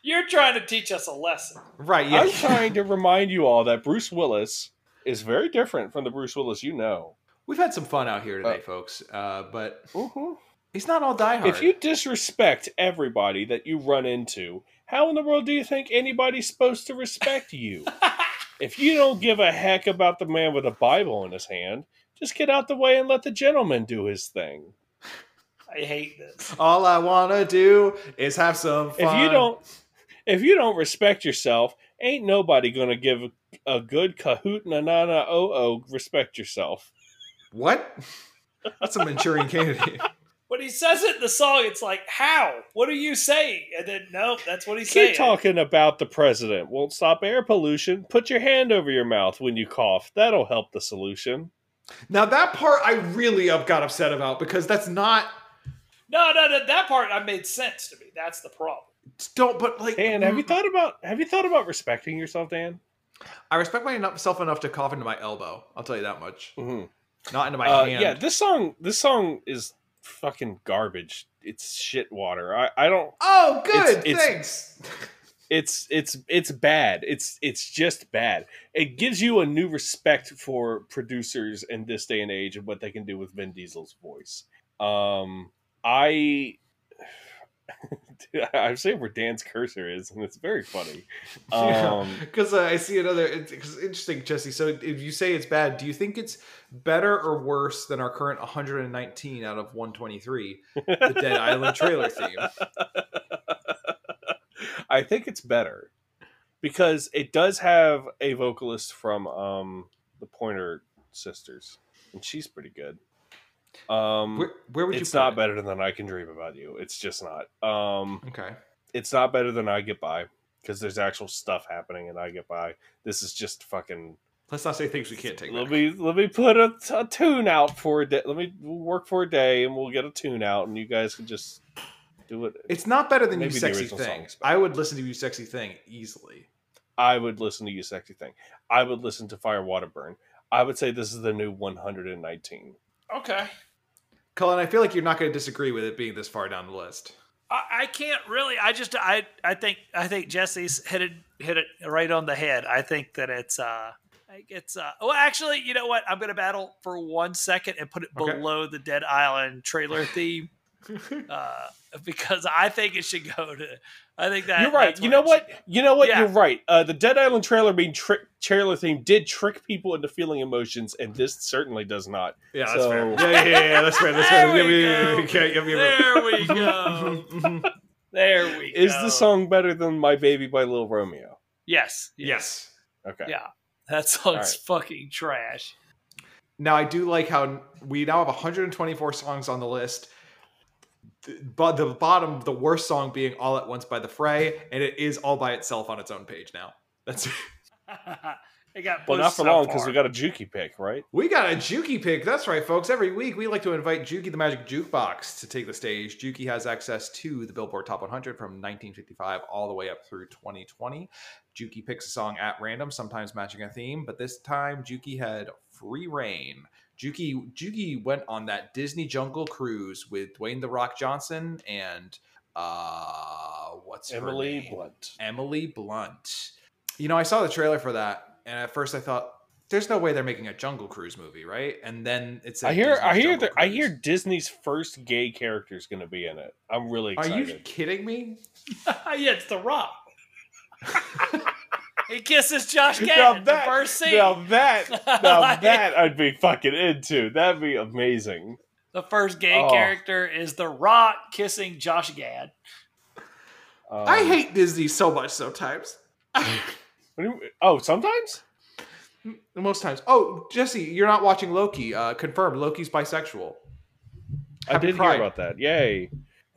C: You're trying to teach us a lesson.
B: Right, yeah.
A: I'm trying to remind you all that Bruce Willis is very different from the Bruce Willis you know.
B: We've had some fun out here today,
A: Uh,
B: folks. Uh, but
A: hmm
B: he's not all diehard.
A: If you disrespect everybody that you run into, how in the world do you think anybody's supposed to respect you? if you don't give a heck about the man with a Bible in his hand, just get out the way and let the gentleman do his thing.
C: I hate this.
B: all I wanna do is have some fun.
A: If you don't if you don't respect yourself, ain't nobody gonna give a good kahoot na na na oh oh respect yourself.
B: what? That's some Manchurian candidate.
C: When he says it in the song, it's like, "How? What are you saying?" And then, no, that's what he's saying.
A: Keep talking about the president. Won't stop air pollution. Put your hand over your mouth when you cough. That'll help the solution.
B: Now that part I really up got upset about because that's not
C: No, no, no. That part I made sense to me. That's the problem.
B: don't but like
A: Dan, have you thought about have you thought about respecting yourself, Dan?
B: I respect myself enough to cough into my elbow. I'll tell you that much.
A: Mm-hmm.
B: Not into my
A: Uh,
B: hand.
A: yeah, this song this song is fucking garbage. It's shit water. I, I don't.
B: oh good,
A: It's- it's-
B: thanks.
A: It's it's it's bad. It's it's just bad. It gives you a new respect for producers in this day and age and what they can do with Vin Diesel's voice. Um, I. I'm saying where Dan's cursor is, and it's very funny. Um,
B: Because uh, I see another. It's, it's interesting, Jesse. So if you say it's bad, do you think it's better or worse than our current 119 out of 123, the Dead Island trailer theme?
A: I think it's better because it does have a vocalist from um, the Pointer Sisters, and she's pretty good. Um,
B: Where, where would you?
A: it's
B: put
A: not
B: it?
A: better than I Can Dream About You. It's just not. Um,
B: Okay.
A: it's not better than I Get By because there's actual stuff happening in I Get By. This is just fucking.
B: Let's not say things we can't take.
A: Let
B: Back.
A: me let me put a, t- a tune out for a day. Let me work for a day, and we'll get a tune out, and you guys can just do it.
B: It's not better than you
A: Maybe the
B: sexy
A: original
B: thing.
A: song's better.
B: I would listen to you sexy thing easily.
A: I would listen to You Sexy Thing. I would listen to Fire Water Burn. I would say this is the new 119.
C: Okay.
B: Cullen, I feel like you're not going to disagree with it being this far down the list.
C: I, I can't really. I just I I think I think Jesse's hit it hit it right on the head. I think that it's uh I think it's uh well actually you know what I'm gonna battle for one second and put it
B: Okay.
C: below the Dead Island trailer theme uh because I think it should go to I think that
A: you're right.
C: that's
A: You
C: where
A: know
C: it should
A: what? You know what?
C: Yeah.
A: You're right. Uh, the Dead Island trailer being trick trailer theme did trick people into feeling emotions, and this certainly does not.
B: Yeah,
A: that's fair.
B: Yeah, yeah, yeah, yeah, that's fair. That's fair.
C: There
B: Yeah,
C: we
B: yeah,
C: go.
B: yeah, yeah, yeah, yeah, yeah.
C: There we go.
B: Mhm.
C: There we go.
A: Is the song better than My Baby by Lil Romeo?
C: Yes.
B: yes.
A: Okay.
C: Yeah. That song's
A: All right.
C: fucking trash.
B: Now I do like how we now have 124 songs on the list. Th- But the bottom, the worst song being "All at Once" by The Fray, and it is all by itself on its own page now. That's
C: it got
A: Well,
C: pushed
A: not for
C: so
A: long because
C: far.
A: we got a Juki pick, right?
B: we got a Juki pick. That's right, folks. Every week we like to invite Juki the Magic Jukebox to take the stage. Juki has access to the Billboard Top 100 from 1955 all the way up through 2020. Juki picks a song at random, sometimes matching a theme, but this time Juki had free reign. Juki Juki went on that Disney Jungle Cruise with Dwayne the Rock Johnson and uh what's her
A: Emily
B: name?
A: Blunt.
B: Emily Blunt. You know, I saw the trailer for that, and at first I thought, "There's no way they're making a Jungle Cruise movie, right?" And then it's
A: I hear, I hear, that, I hear Disney's first gay character is going to be in it. I'm really
B: Are
A: excited.
B: you kidding me?
C: Ah, yeah, it's The Rock. he kisses Josh Gad
A: Now
C: in the
A: that-
C: first scene.
A: Now that, now
C: Like-
A: that I'd be fucking into. That'd be amazing.
C: The first gay
A: Oh.
C: character is The Rock kissing Josh Gad.
A: Um,
B: I hate Disney so much sometimes.
A: what do you- oh, sometimes.
B: Most times. Oh, Jesse, you're not watching Loki. Uh, confirmed, Loki's bisexual.
A: I
B: Happy
A: did
B: Pride.
A: hear about that. Yay!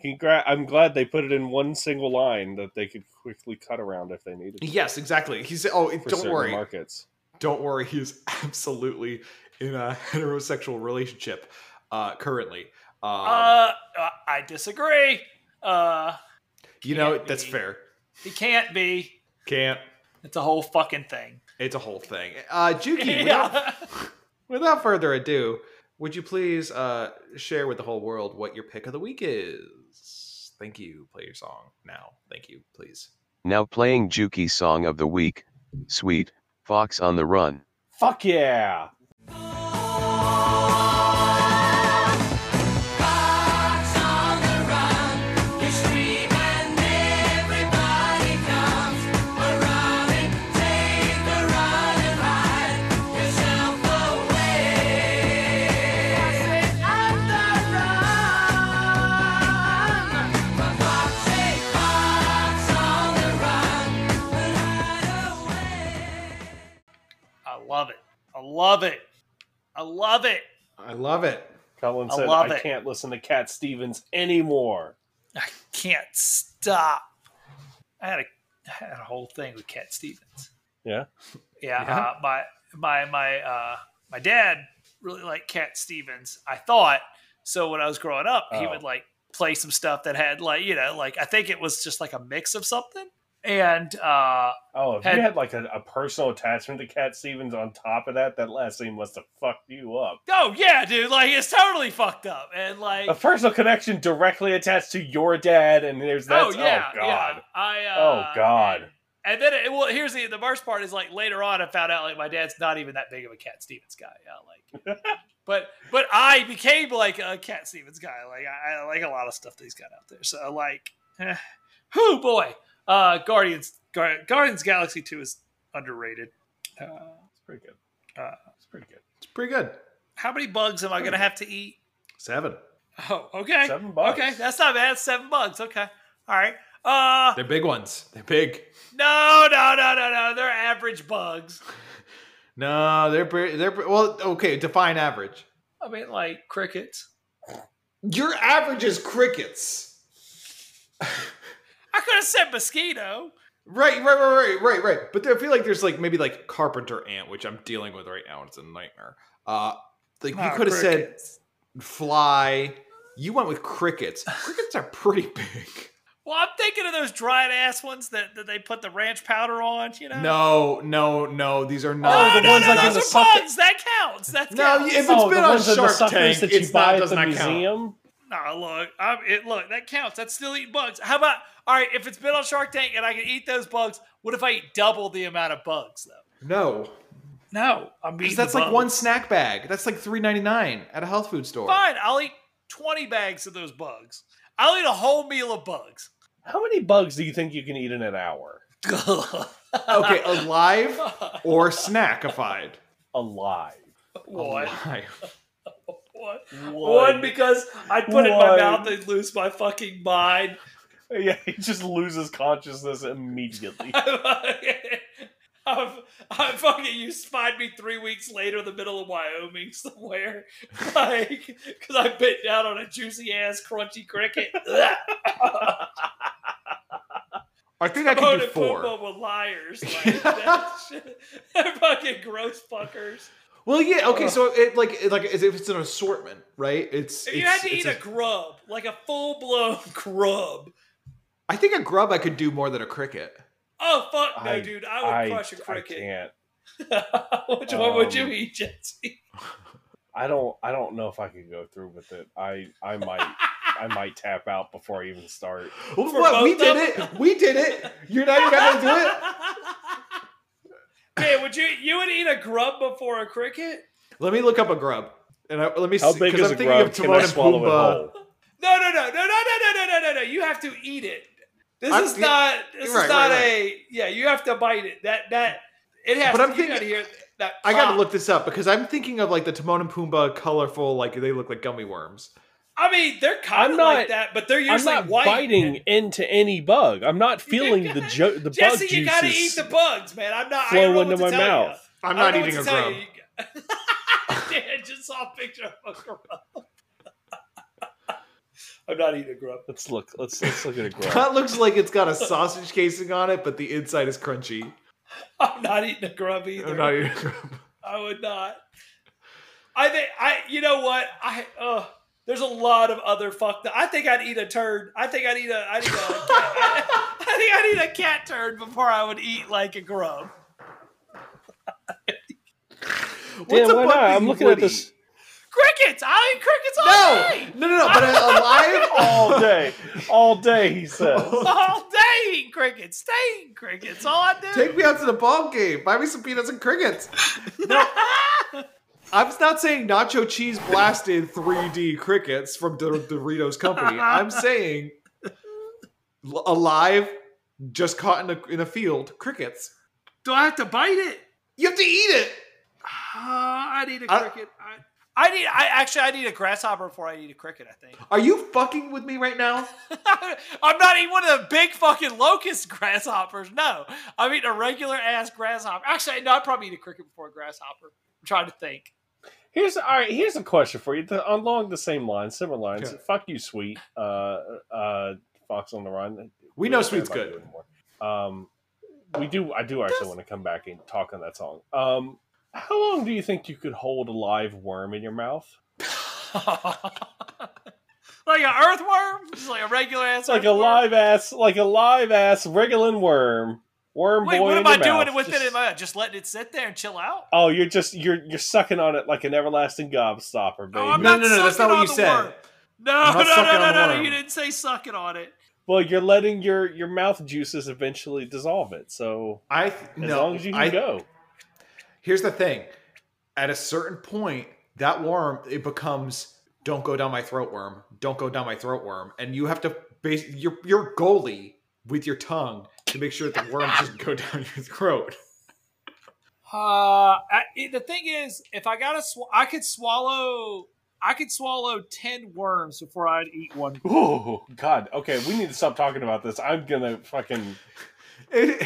A: Congra- I'm glad they put it in one single line that they could quickly cut around if they needed. to
B: Yes, exactly. He's. Oh,
A: for
B: don't
A: certain
B: worry.
A: Markets.
B: don't worry, he is absolutely in a heterosexual relationship uh, currently. Um,
A: Oh.
C: uh, uh, I disagree. Uh,
B: you know,
C: can't
B: that's
C: be.
B: fair.
C: he can't be.
B: Can't.
C: It's a whole fucking thing.
B: It's a whole thing. Uh, Juki, without,
C: Yeah.
B: without further ado, would you please uh, share with the whole world what your pick of the week is? Thank you. Play your song now. Thank you, please.
D: Now playing Juki Song of the Week, Sweet, Fox on the Run.
A: Fuck yeah!
C: I love it. I love it. I love it.
B: I love it.
A: Colin
C: I
A: said,
C: love
A: "I,
C: it.
A: can't listen to Cat Stevens anymore."
C: I can't stop. I had a, I had a whole thing with Cat Stevens.
A: Yeah?
C: Yeah.
B: Yeah.
C: Uh, my my my uh, my dad really liked Cat Stevens. I thought so when I was growing up. He
A: Oh.
C: would like play some stuff that had like you know like I think it was just like a mix of something. And uh,
A: Oh, if
C: Had-
A: you had like a, a personal attachment to Cat Stevens on top of that, that last scene must have fucked you up.
C: oh yeah, dude, like it's totally fucked up. And like
A: A personal connection directly attached to your dad, and there's that.
C: oh yeah, yeah.
A: god.
C: I uh,
A: Oh god.
C: and- And then, it, well, here's the the worst part is like later on, I found out like my dad's not even that big of a Cat Stevens guy. Yeah, like, but but I became like a Cat Stevens guy. Like I, I like a lot of stuff that he's got out there. So like, eh. who boy, uh, Guardians Guar- Guardians of the Galaxy Two is underrated. Uh,
A: It's pretty good.
C: Uh,
A: it's pretty good.
B: It's pretty good.
C: how many bugs am I gonna have to eat?
B: Seven.
C: Oh, okay,
A: Seven bucks.
C: okay, that's not bad. Seven bugs. Okay, all right. Uh,
B: They're big ones. They're big.
C: no, no, no, no, no. They're average bugs.
B: No, they're pre- they're pre- well. Okay, define average.
C: I mean, like crickets.
B: Your average is crickets.
C: I could have said mosquito.
B: Right, right, right, right, right, right. But I feel like there's like maybe like carpenter ant, which I'm dealing with right now. and It's a nightmare. Uh, like you
C: Ah,
B: could have said
C: crickets.
B: fly. You went with crickets. Crickets are pretty big.
C: Well, I'm thinking of those dried ass ones that, that they put the ranch powder on. You know.
B: No, no, no. These are
C: No,
B: not.
C: Oh, no,
A: the ones
C: no,
A: like in the
C: those are
A: bucket-
C: bugs. That counts. That
B: No,
C: counts.
B: if it's
A: Oh,
B: been
A: the
B: on
A: ones in the
B: Shark
A: suckers
B: Tank,
A: that you
B: it's
A: buy
B: not,
A: at
B: does
A: the
B: not count.
A: museum.
C: Nah, look, I'm, it, look, that counts. That's still eating bugs. How about all right? If it's been on Shark Tank and I can eat those bugs, what if I eat double the amount of bugs though?
B: No,
C: No, I'm eating
B: because that's
C: the
B: like one
C: bugs.
B: snack bag. That's like three ninety nine at a health food store.
C: Fine, I'll eat twenty bags of those bugs. I'll eat a whole meal of bugs.
A: How many bugs do you think you can eat in an hour?
B: Okay, alive or snackified.
A: Alive.
C: What?
B: Alive.
C: What? One because I'd put it in my
A: One.
C: mouth and lose my fucking mind.
A: Yeah, he just loses consciousness immediately.
C: I I'm, I'm fucking. You spied me three weeks later in the middle of Wyoming somewhere, like because I bit down on a juicy ass crunchy cricket.
B: I think I can
C: Timon
B: do
C: and
B: four.
C: Pumbaa were liars. Like, that shit- they're fucking gross fuckers.
B: Well, yeah, okay. So it like it, like as if it's an assortment, right? It's
C: If you
B: it's-
C: had to
B: it's
C: eat a, grub, like a full blown grub.
B: I think a grub I could do more than a cricket.
C: Oh fuck no,
A: I-
C: dude! I would crush a
A: I
C: cricket.
A: can't.
C: Which one would you
A: Um,
C: eat, Jesse?
A: I don't. I don't know if I could go through with it. I. I might. I might tap out before I even start.
B: Well,
C: For
B: what? We
C: both of
B: did it. We did it. You're not even gonna do it.
C: Man, would you you would eat a grub before a cricket?
B: Let me look up a grub, and I, let me
A: How
B: see
A: big is
B: because I'm
A: a
B: thinking
A: grub?
B: of
A: Can I
B: Timon and
A: swallow it whole?
B: Pumbaa.
C: No, no, no, no, no, no, no, no, no, no. You have to eat it. This
B: I'm-
C: is
B: yeah,
C: not. This
B: right,
C: is not
B: right,
C: a. Yeah, you have to bite it. That that it has.
B: But
C: to,
B: I'm
C: you
B: thinking-
C: gotta hear that.
B: I gotta
C: pop.
B: look this up because I'm thinking of like the Timon and Pumbaa colorful, like they look like gummy worms.
C: I mean, they're
A: I'm
C: kind of
A: not-
C: like that, but they're
A: I'm
C: usually
A: not
C: white.
A: biting into any bug. I'm not feeling the jo- the
C: Jesse,
A: bug
C: you gotta eat
A: juices.
C: the bugs, man. I'm not. I
A: flow
C: don't know
A: into
C: what to
A: my
C: tell you.
A: mouth.
B: I'm
C: I
B: not
C: don't know
B: eating a
C: what to tell
B: grub.
C: you. Yeah, I just saw a picture of a grub. I'm not eating a grub.
A: Let's look. Let's let's look at a grub.
B: That looks like it's got a sausage casing on it, but the inside is crunchy.
C: I'm not eating a grub either.
B: I'm not e- eating a grub.
C: I would not. I think I. You know what? I. Uh, there's a lot of other fucked. up- I think I'd eat a turd. I think I'd eat a. I'd eat a cat, I, think I'd eat a cat turd before I would eat like a grub.
B: What's
A: Damn,
B: a
A: why
B: bug
A: not?
B: that
A: I'm
B: you
A: looking
B: would
A: at this
B: eat?
C: Crickets. I eat crickets all
B: No,
C: day.
B: no, no, no. But alive.
A: all day, all day. He said.
C: All day eating crickets. Stay eating crickets. All I do.
B: Take me out to the ball game. Buy me some peanuts and crickets. No. I'm not saying nacho cheese blasted 3D crickets from Dor- Doritos company. I'm saying l- alive, just caught in a, in a field, crickets.
C: do I have to bite it?
B: You have to eat it.
C: Uh, I need a
B: I-
C: cricket. I, I need. I actually. I need a grasshopper before I eat a cricket. I think.
B: Are you fucking with me right now?
C: I'm not eating one of the big fucking locust grasshoppers. No, I'm eating a regular ass grasshopper. Actually, no, I probably eat a cricket before a grasshopper. I'm trying to think.
A: Here's all right. Here's a question for you. The, along the same lines, similar lines.
B: Okay.
A: Fuck you, sweet. Uh, uh, Fox on the Run.
B: We know
A: don't
B: Sweet's
A: care about
B: good.
A: you anymore. Um, we do. I do actually want to come back and talk on that song. Um, how long do you think you could hold a live worm in your mouth?
C: like an earthworm, just like a regular ass.
A: It's like a
C: earthworm?
A: live ass, like a live ass wriggling worm. Worm
C: Wait,
A: boy.
C: what
A: in
C: am
A: your
C: I doing
A: mouth.
C: with
A: Just-
C: it in my mouth? Just letting it sit there and chill out?
A: Oh, you're just you're you're sucking on it like an everlasting gobstopper, baby.
C: Oh, I'm
B: No,
C: not
B: no, no, that's
C: sucking
B: not what
C: on
B: you
C: the
B: said.
C: worm. No,
B: I'm
C: no,
B: not
C: no,
B: sucking
C: no,
B: on the
C: no, no.
B: worm.
C: You didn't say sucking on it.
A: Well, you're letting your your mouth juices eventually dissolve it. So
B: I
A: as
B: no.
A: long as you can
B: I,
A: go,
B: Here's the thing. At a certain point, that worm it becomes don't go down my throat worm. Don't go down my throat worm. And you have to base your your goalie with your tongue to make sure that the worm doesn't go down your throat.
C: Uh, I, it- the thing is, if I gotta, sw- I could swallow, I could swallow ten worms before I'd eat one.
A: oh god, okay, we need to stop talking about this. I'm gonna fucking.
B: It-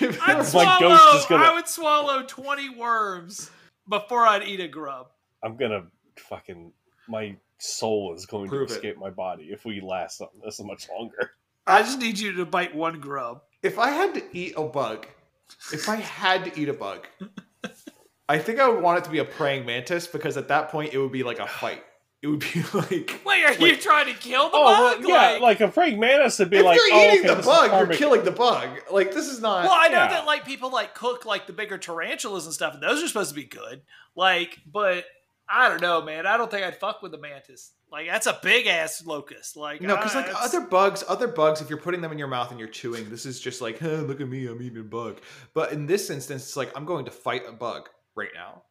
B: if
C: I'd
B: you're-
A: It's
C: swallow,
A: like Ghost is gonna-
C: I would swallow twenty worms before I'd eat a grub.
A: I'm gonna fucking. My soul is going
B: Prove
A: to
B: it.
A: escape my body if we last on this much longer.
C: I just need you to bite one grub.
B: if I had to eat a bug, if I had to eat a bug, I think I would want it to be a praying mantis because at that point it would be like a fight. It would be like
C: Wait, are you
B: Wait.
C: trying to kill the
A: Oh
C: bug?
A: well, yeah,
C: like,
A: like, a praying mantis would be
B: if
A: like,
B: you're
A: oh,
B: eating
A: okay,
B: the
A: this is
B: bug, you're
A: karmic.
B: killing the bug. Like this is not.
C: well, I know
A: yeah.
C: that like people like cook like the bigger tarantulas and stuff, and those are supposed to be good. Like, but I don't know, man. I don't think I'd fuck with the mantis. Like, that's a big ass locust. Like,
B: No, because
C: I-
B: like
C: it's-
B: other bugs, other bugs, if you're putting them in your mouth and you're chewing, this is just like, hey, look at me, I'm eating a bug. But in this instance, it's like I'm going to fight a bug right now.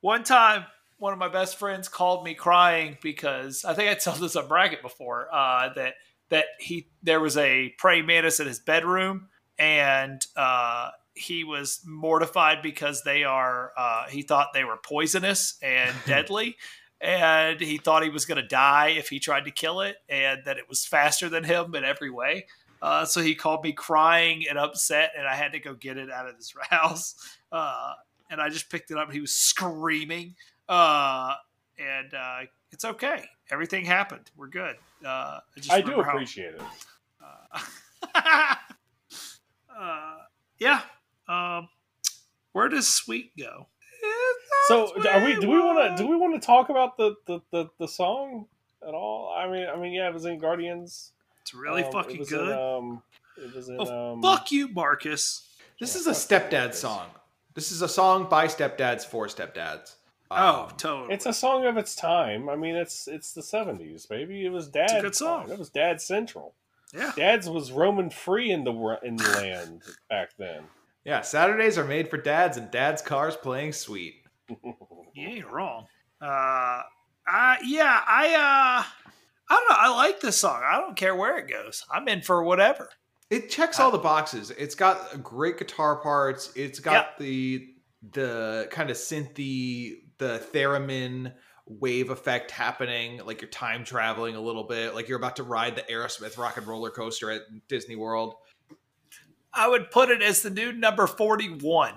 C: One time, one of my best friends called me crying because I think I told this on bracket before uh, that that he there was a praying mantis in his bedroom and uh, he was mortified because they are uh, he thought they were poisonous and deadly. And he thought he was going to die if he tried to kill it, and that it was faster than him in every way. Uh, so he called me crying and upset, and I had to go get it out of this house. Uh, and I just picked it up. and He was screaming, uh, and uh, it's okay. Everything happened. We're good. Uh, I, just
A: I do
C: remember how-
A: appreciate it.
C: uh, uh, yeah. Um, where does sweet go?
A: So are we? Do we want to? Do we want to talk about the, the the the song at all? I mean, I mean, yeah, it was in Guardians.
C: It's really
A: Um, it
C: fucking
A: was
C: good.
A: In, um, it was in.
C: Oh,
A: um,
C: Fuck you, Marcus.
B: This is a stepdad song. This is a song by stepdads for stepdads.
C: Oh,
B: Um,
C: totally.
A: It's a song of its time. I mean, it's it's the seventies, baby. It was dad.
C: a good song.
A: It was dad central.
C: yeah.
A: Dad's was roaming free in the wor- in the land back then.
B: yeah. Saturdays are made for dads, and dad's cars playing sweet.
C: You ain't wrong. Uh, I, yeah, I, uh, I don't know. I like this song. I don't care where it goes. I'm in for whatever.
B: It checks all the boxes. It's got great guitar parts. It's got the the kind of synthy, the theremin wave effect happening. Like you're time traveling a little bit. Like you're about to ride the Aerosmith rock and roller coaster at Disney World.
C: I would put it as the new number 41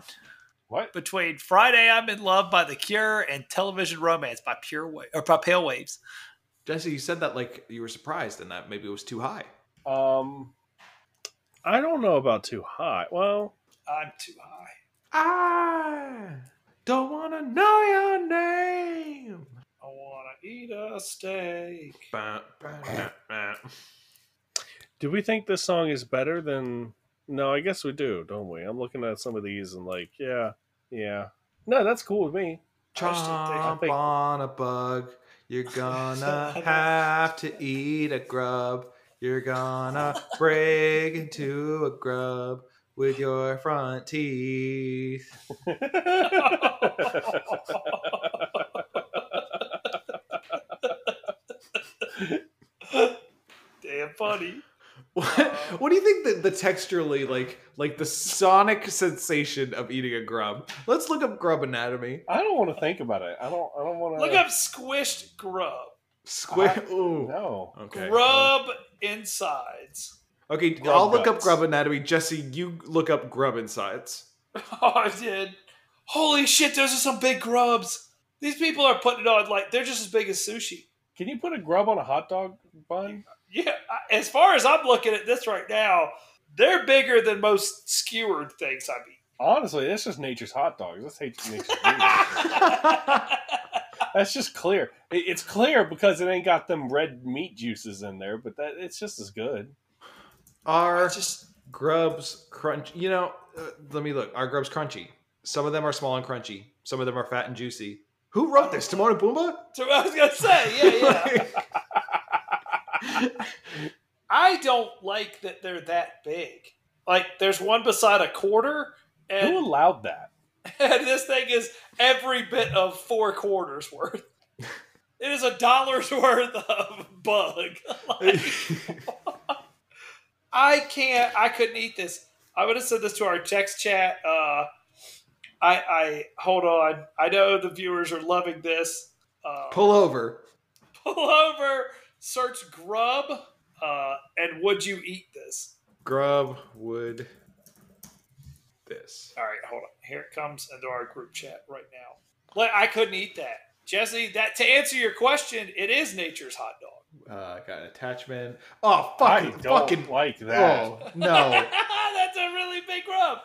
A: What?
C: between Friday I'm in Love by The Cure and Television Romance by Pure Wave or by Pale Waves.
B: Jesse, you said that like you were surprised and that maybe it was too high.
A: Um, I don't know about too hot. Well,
C: I'm too high.
B: I don't want to know your name.
C: I want to eat a steak.
A: do we think this song is better than? No, I guess we do, don't we? I'm looking at some of these and like, yeah, yeah. No, that's cool with me.
B: Chomp
A: think-
B: on a bug. You're gonna have to eat a grub. You're gonna break into a grub with your front teeth.
C: Damn funny.
B: What, what do you think that the texturally like like the sonic sensation of eating a grub? Let's look up grub anatomy.
A: I don't want to think about it. I don't. I don't want to
C: Look up squished grub.
B: Square. Ooh.
A: Uh, No.
B: Okay.
C: Grub insides.
B: Okay,
A: Grub
B: I'll look up
A: guts.
B: grub anatomy. Jesse, you look up grub insides.
C: Oh, I did. Holy shit, those are some big grubs. These people are putting on like they're just as big as sushi.
A: Can you put a grub on a hot dog bun?
C: Yeah, I- as far as I'm looking at this right now, they're bigger than most skewered things I've eaten.
A: Honestly, that's just nature's hot dogs. That's nature's nature's meat. That's just clear. It- It's clear because it ain't got them red meat juices in there, but that it's just as good.
B: Are
C: Just
B: grubs crunch? You know, uh, let me look. Are grubs crunchy? Some of them are small and crunchy. Some of them are fat and juicy. Who wrote this? Timon and Pumbaa?
C: so I was gonna say, yeah, yeah. I don't like that they're that big. Like there's one beside a quarter,
A: Who
C: and,
A: allowed that?
C: and this thing is every bit of four quarters worth. It is a dollar's worth of bug. Like, I can't. I couldn't eat this. I'm gonna send this to our text chat. Uh, I, I hold on. I know the viewers are loving this. Uh,
B: Pull over.
C: pull over, search grub, uh, and would you eat this?
B: Grub would this.
C: All right, hold on. Here it comes into our group chat right now. Like I couldn't eat that, Jesse. That to answer your question, it is nature's hot dog.
B: Uh, got an attachment. Oh,
A: I
B: fucking,
A: don't
B: fucking.
A: like that.
B: Oh no.
C: That's a really big grub.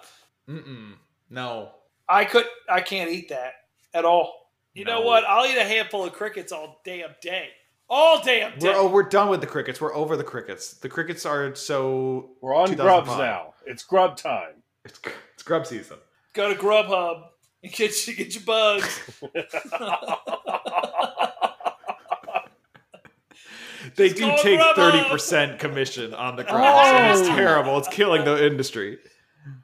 B: Mm-mm. No.
C: I could. I can't eat that at all. You know
B: No.
C: what? I'll eat a handful of crickets all damn day. All damn day.
B: We're, oh, we're done with the crickets. We're over the crickets. The crickets are so.
A: We're on
B: 2005.
A: grubs now. It's grub time.
B: It's, it's grub season.
C: Go to Grubhub and get you get your bugs.
B: They
C: Just
B: do
C: go
B: take
C: grub up.
B: thirty percent commission on the grub.
A: Oh.
B: It's terrible. It's killing the industry.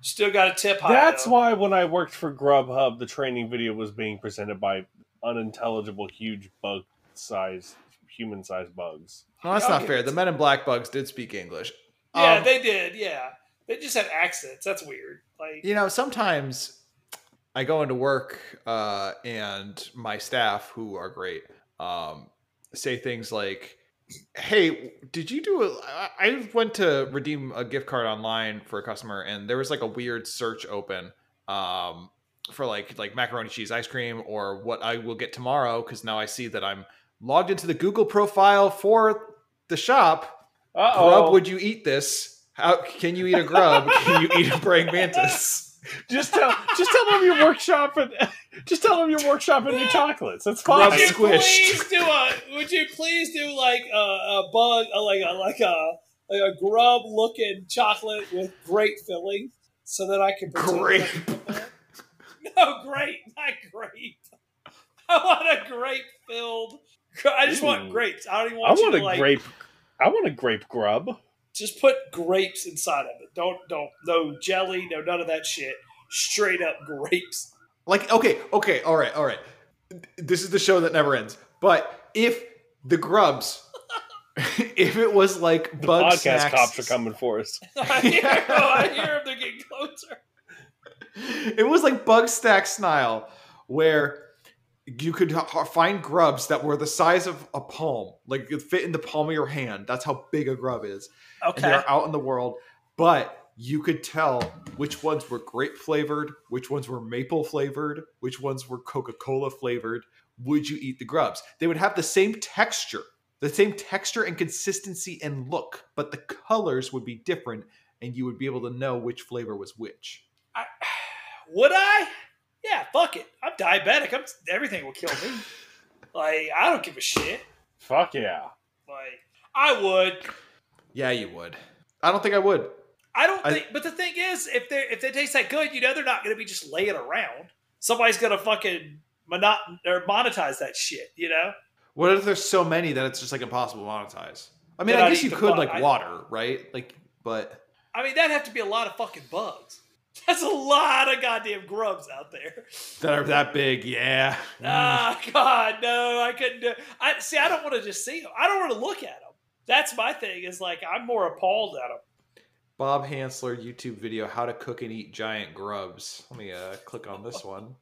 C: Still got a tip high.
A: That's
C: though.
A: why when I worked for Grubhub, the training video was being presented by unintelligible, huge bug sized human sized bugs.
B: No, that's
C: Y'all
B: not
C: get-
B: fair. The men in black bugs did speak English.
C: Yeah,
B: Um,
C: they did. Yeah, they just had accents. That's weird. Like,
B: you know, sometimes I go into work uh, and my staff, who are great, um, say things like, hey, did you do a? I I went to redeem a gift card online for a customer, and there was like a weird search open um, for like like macaroni cheese ice cream or what I will get tomorrow because now I see that I'm logged into the Google profile for the shop.
A: Uh
B: Grub,
A: oh.
B: would you eat this? How can you eat a grub? can you eat a praying mantis?
A: Just tell just tell them your workshop and just tell them your workshop and your chocolates. That's fine.
B: Grub Would you squished.
C: Please do a. Would you please do like a, a bug, a, like a like a like a grub looking chocolate with grape filling, so that I can pretend
B: Grape.
C: No grape, not grape. I want a grape filled. I just
A: Ooh.
C: want grapes. I don't even
A: I
C: want you
A: want
C: to
A: a
C: like
A: grape I want a grape grub.
C: just put grapes inside of it. Don't don't no jelly, no none of that shit. Straight up grapes.
B: Like, okay, okay, all right, all right. This is the show that never ends. But if the grubs, if it was like
A: The
B: bug
A: podcast
B: snacks,
A: cops are coming for us.
C: I hear, I hear them. They're getting closer.
B: It was like bug stack style, where you could ha- find grubs that were the size of a palm, like it fit in the palm of your hand. That's how big a grub is. and
C: Okay.
B: they're out in the world, but you could tell which ones were grape flavored, which ones were maple flavored, which ones were Coca Cola flavored. Would you eat the grubs? They would have the same texture, the same texture and consistency and look, but the colors would be different, and you would be able to know which flavor was which.
C: I, would I? Yeah, fuck it. I'm diabetic. I'm, everything will kill me. like I don't give a shit.
A: Fuck yeah.
C: Like I would.
B: Yeah, you would. I don't think I would.
C: I don't
B: I-
C: think. But the thing is, if they if they taste that good, you know they're not going to be just laying around. Somebody's going to fucking monot- or monetize that shit. You know.
B: What if there's so many that it's just like impossible to monetize? I mean,
C: Then
B: I
C: I'd
B: guess
C: eat
B: you
C: the
B: could
C: bug.
B: like
C: I-
B: water, right? Like, but
C: I mean, that'd have to be a lot of fucking bugs. That's a lot of goddamn grubs out there.
B: that are that big, yeah.
C: Ah, God, no, I couldn't do. I see. I don't want to just see them. I don't want to look at them. That's my thing. Is like I'm more appalled at them.
B: Bob Hansler YouTube video: How to cook and eat giant grubs. Let me uh, click on this one.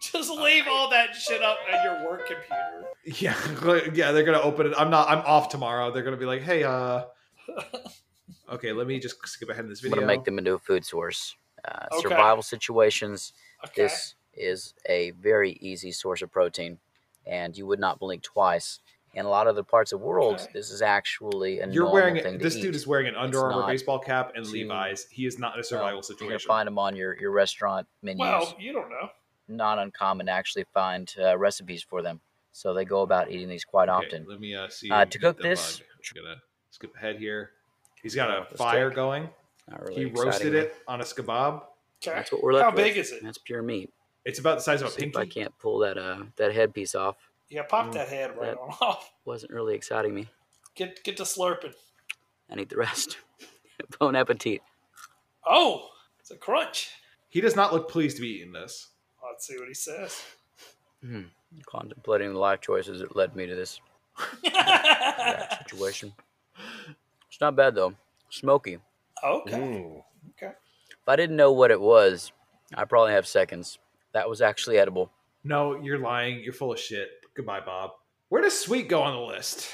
C: Just leave all that shit up at your work computer.
B: Yeah, yeah, they're gonna open it. I'm not. I'm off tomorrow. They're gonna be like, hey, uh, okay, let me just skip ahead in this
H: I'm going
B: video.
H: to make them into a food source. Uh,
C: Okay.
H: Survival situations.
C: Okay.
H: This is a very easy source of protein, and you would not blink twice. In a lot of the parts of the world,
C: Okay.
H: this is actually a
B: You're
H: normal
B: wearing
H: thing to
B: this
H: eat.
B: dude is wearing an Under
H: It's
B: Armour
H: not
B: baseball cap and
H: too-
B: Levi's. He is not in a
H: Well,
B: survival
H: You're going to
B: situation.
H: find them on your, your restaurant menus.
C: Well, you don't know.
H: not uncommon to actually find uh, recipes for them. So they go about eating these quite
B: Okay,
H: often.
B: Let me uh, see.
H: Uh,
B: if
H: to
B: we can get
H: cook
B: the
H: this-
B: bug. I'm gonna skip ahead here. He's got
H: Oh,
B: a
H: that's
B: fire
H: good.
B: going.
H: Not really
B: he roasted
H: exciting,
B: it on a skebab.
H: though.
C: Okay.
H: That's what we're left
C: How
H: with.
C: big is it?
H: That's pure meat.
B: It's about the size of a
H: See if I
B: pinky.
H: can't pull that uh that headpiece off.
C: Yeah, pop that head right
H: That-
C: on off.
H: Wasn't really exciting me.
C: Get get to slurping.
H: I need the rest. bon appetit.
C: Oh, it's a crunch.
B: He does not look pleased to be eating this.
C: Let's see what he says.
H: Contemplating the life choices that led me to this bad situation. It's not bad though. Smoky. If Mm-hmm.
C: okay.
A: Mm.
H: I didn't know what it was, I probably have seconds. That was actually edible.
B: No, you're lying. You're full of shit. Goodbye, Bob. Where does sweet go on the list?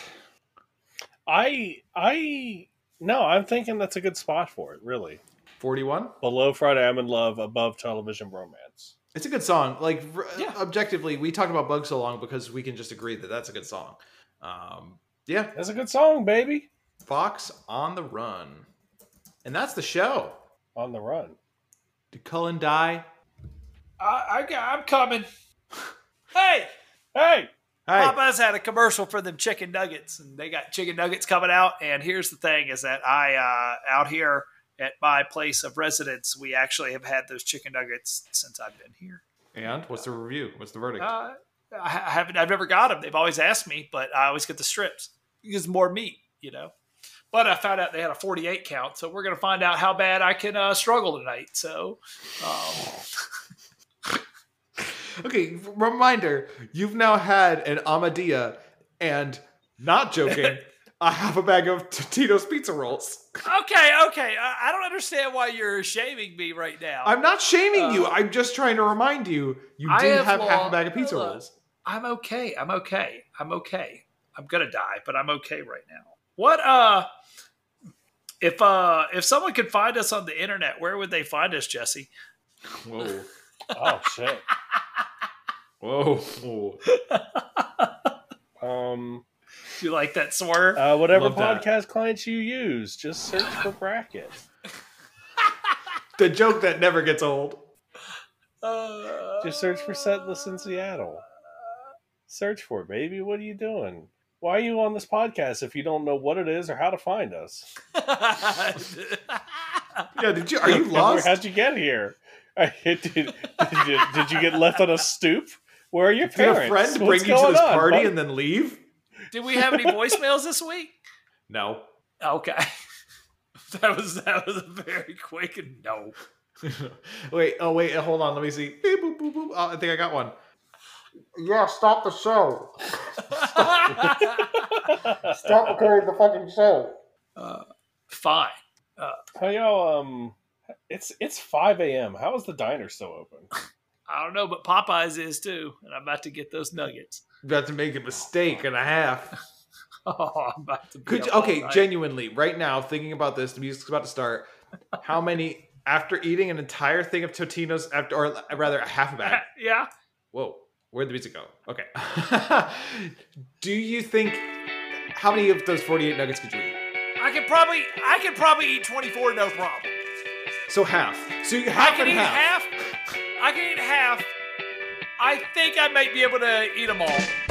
A: I I no, I'm thinking that's a good spot for it, really.
B: 41.
A: Below Friday I'm in love, above television romance.
B: It's a good song. Like r- uh,
C: Yeah.
B: objectively, we talked about Bug so long because we can just agree that that's a good song. Um, yeah,
A: That's a good song, baby.
B: Fox on the Run, and that's the show.
A: On the run.
B: Did Cullen die?
C: I, I got, I'm coming. Hey,
A: Hey!
B: Hey,
C: Popeyes had a commercial for them chicken nuggets, and they got chicken nuggets coming out. And here's the thing: is that I uh, out here at my place of residence, we actually have had those chicken nuggets since I've been here.
B: and what's the review? What's the verdict?
C: Uh, I ha- I haven't. I've never got them. They've always asked me, but I always get the strips because more meat, you know. But I found out they had a 48 count, so we're gonna find out how bad I can uh, struggle tonight. So, um,
B: Okay, reminder: you've now had an Amadea, and not joking, I have a bag of Tito's pizza rolls.
C: okay, okay. I, I don't understand why you're shaming me right now.
B: I'm not shaming you.
C: Uh,
B: I'm just trying to remind you you
C: I
B: did
C: have
B: have half a
C: lo-
B: bag of pizza
C: look.
B: rolls.
C: I'm okay. I'm okay. I'm okay. I'm gonna die, but I'm okay right now. What uh if uh if someone could find us on the internet, where would they find us, Jesse?
B: Whoa.
A: Oh shit.
B: Whoa.
A: Um,
C: You like that swerve?
A: uh, whatever
B: Love that.
A: podcast clients you use, just search for bracket.
B: the joke that never gets old.
C: Uh,
A: Just search for Setlist in Seattle. Search for it, baby. What are you doing? Why are you on this podcast if you don't know what it is or how to find us?
B: Yeah, did you? Are you
A: And where-
B: lost?
A: How'd you get here? I- did, did, you, did you get left on a stoop? Where are your
B: Did
A: parents?
B: a friend
A: What's
B: bring you to
A: going
B: this
A: on,
B: party
A: bud?
B: and then leave?
C: Did we have any voicemails this week?
B: No.
C: Okay. That was that was a very quick no.
B: wait. Oh, wait. Hold on. Let me see. Beep, boop, boop, boop. Oh, I think I got one.
I: Yeah, stop the show. Stop recording the fucking show.
C: uh, fine.
A: How y'all? Um, it's it's five a.m. How is the diner still open?
C: I don't know, but Popeyes is too, and I'm about to get those nuggets.
B: About to make a mistake and a half.
C: Oh, I'm about to. be
B: Could you,
C: up all
B: okay,
C: night.
B: genuinely, right now, thinking about this, the music's about to start. How many after eating an entire thing of Totino's, after, or uh, rather, a half a bag?
C: yeah.
B: Whoa, where'd the music go? Okay. Do you think how many of those 48 nuggets could you eat?
C: I could probably I could probably eat 24 no problem.
B: So half. So you
C: I
B: half
C: can
B: and
C: eat
B: half.
C: half. I can eat half. I think I might be able to eat them all.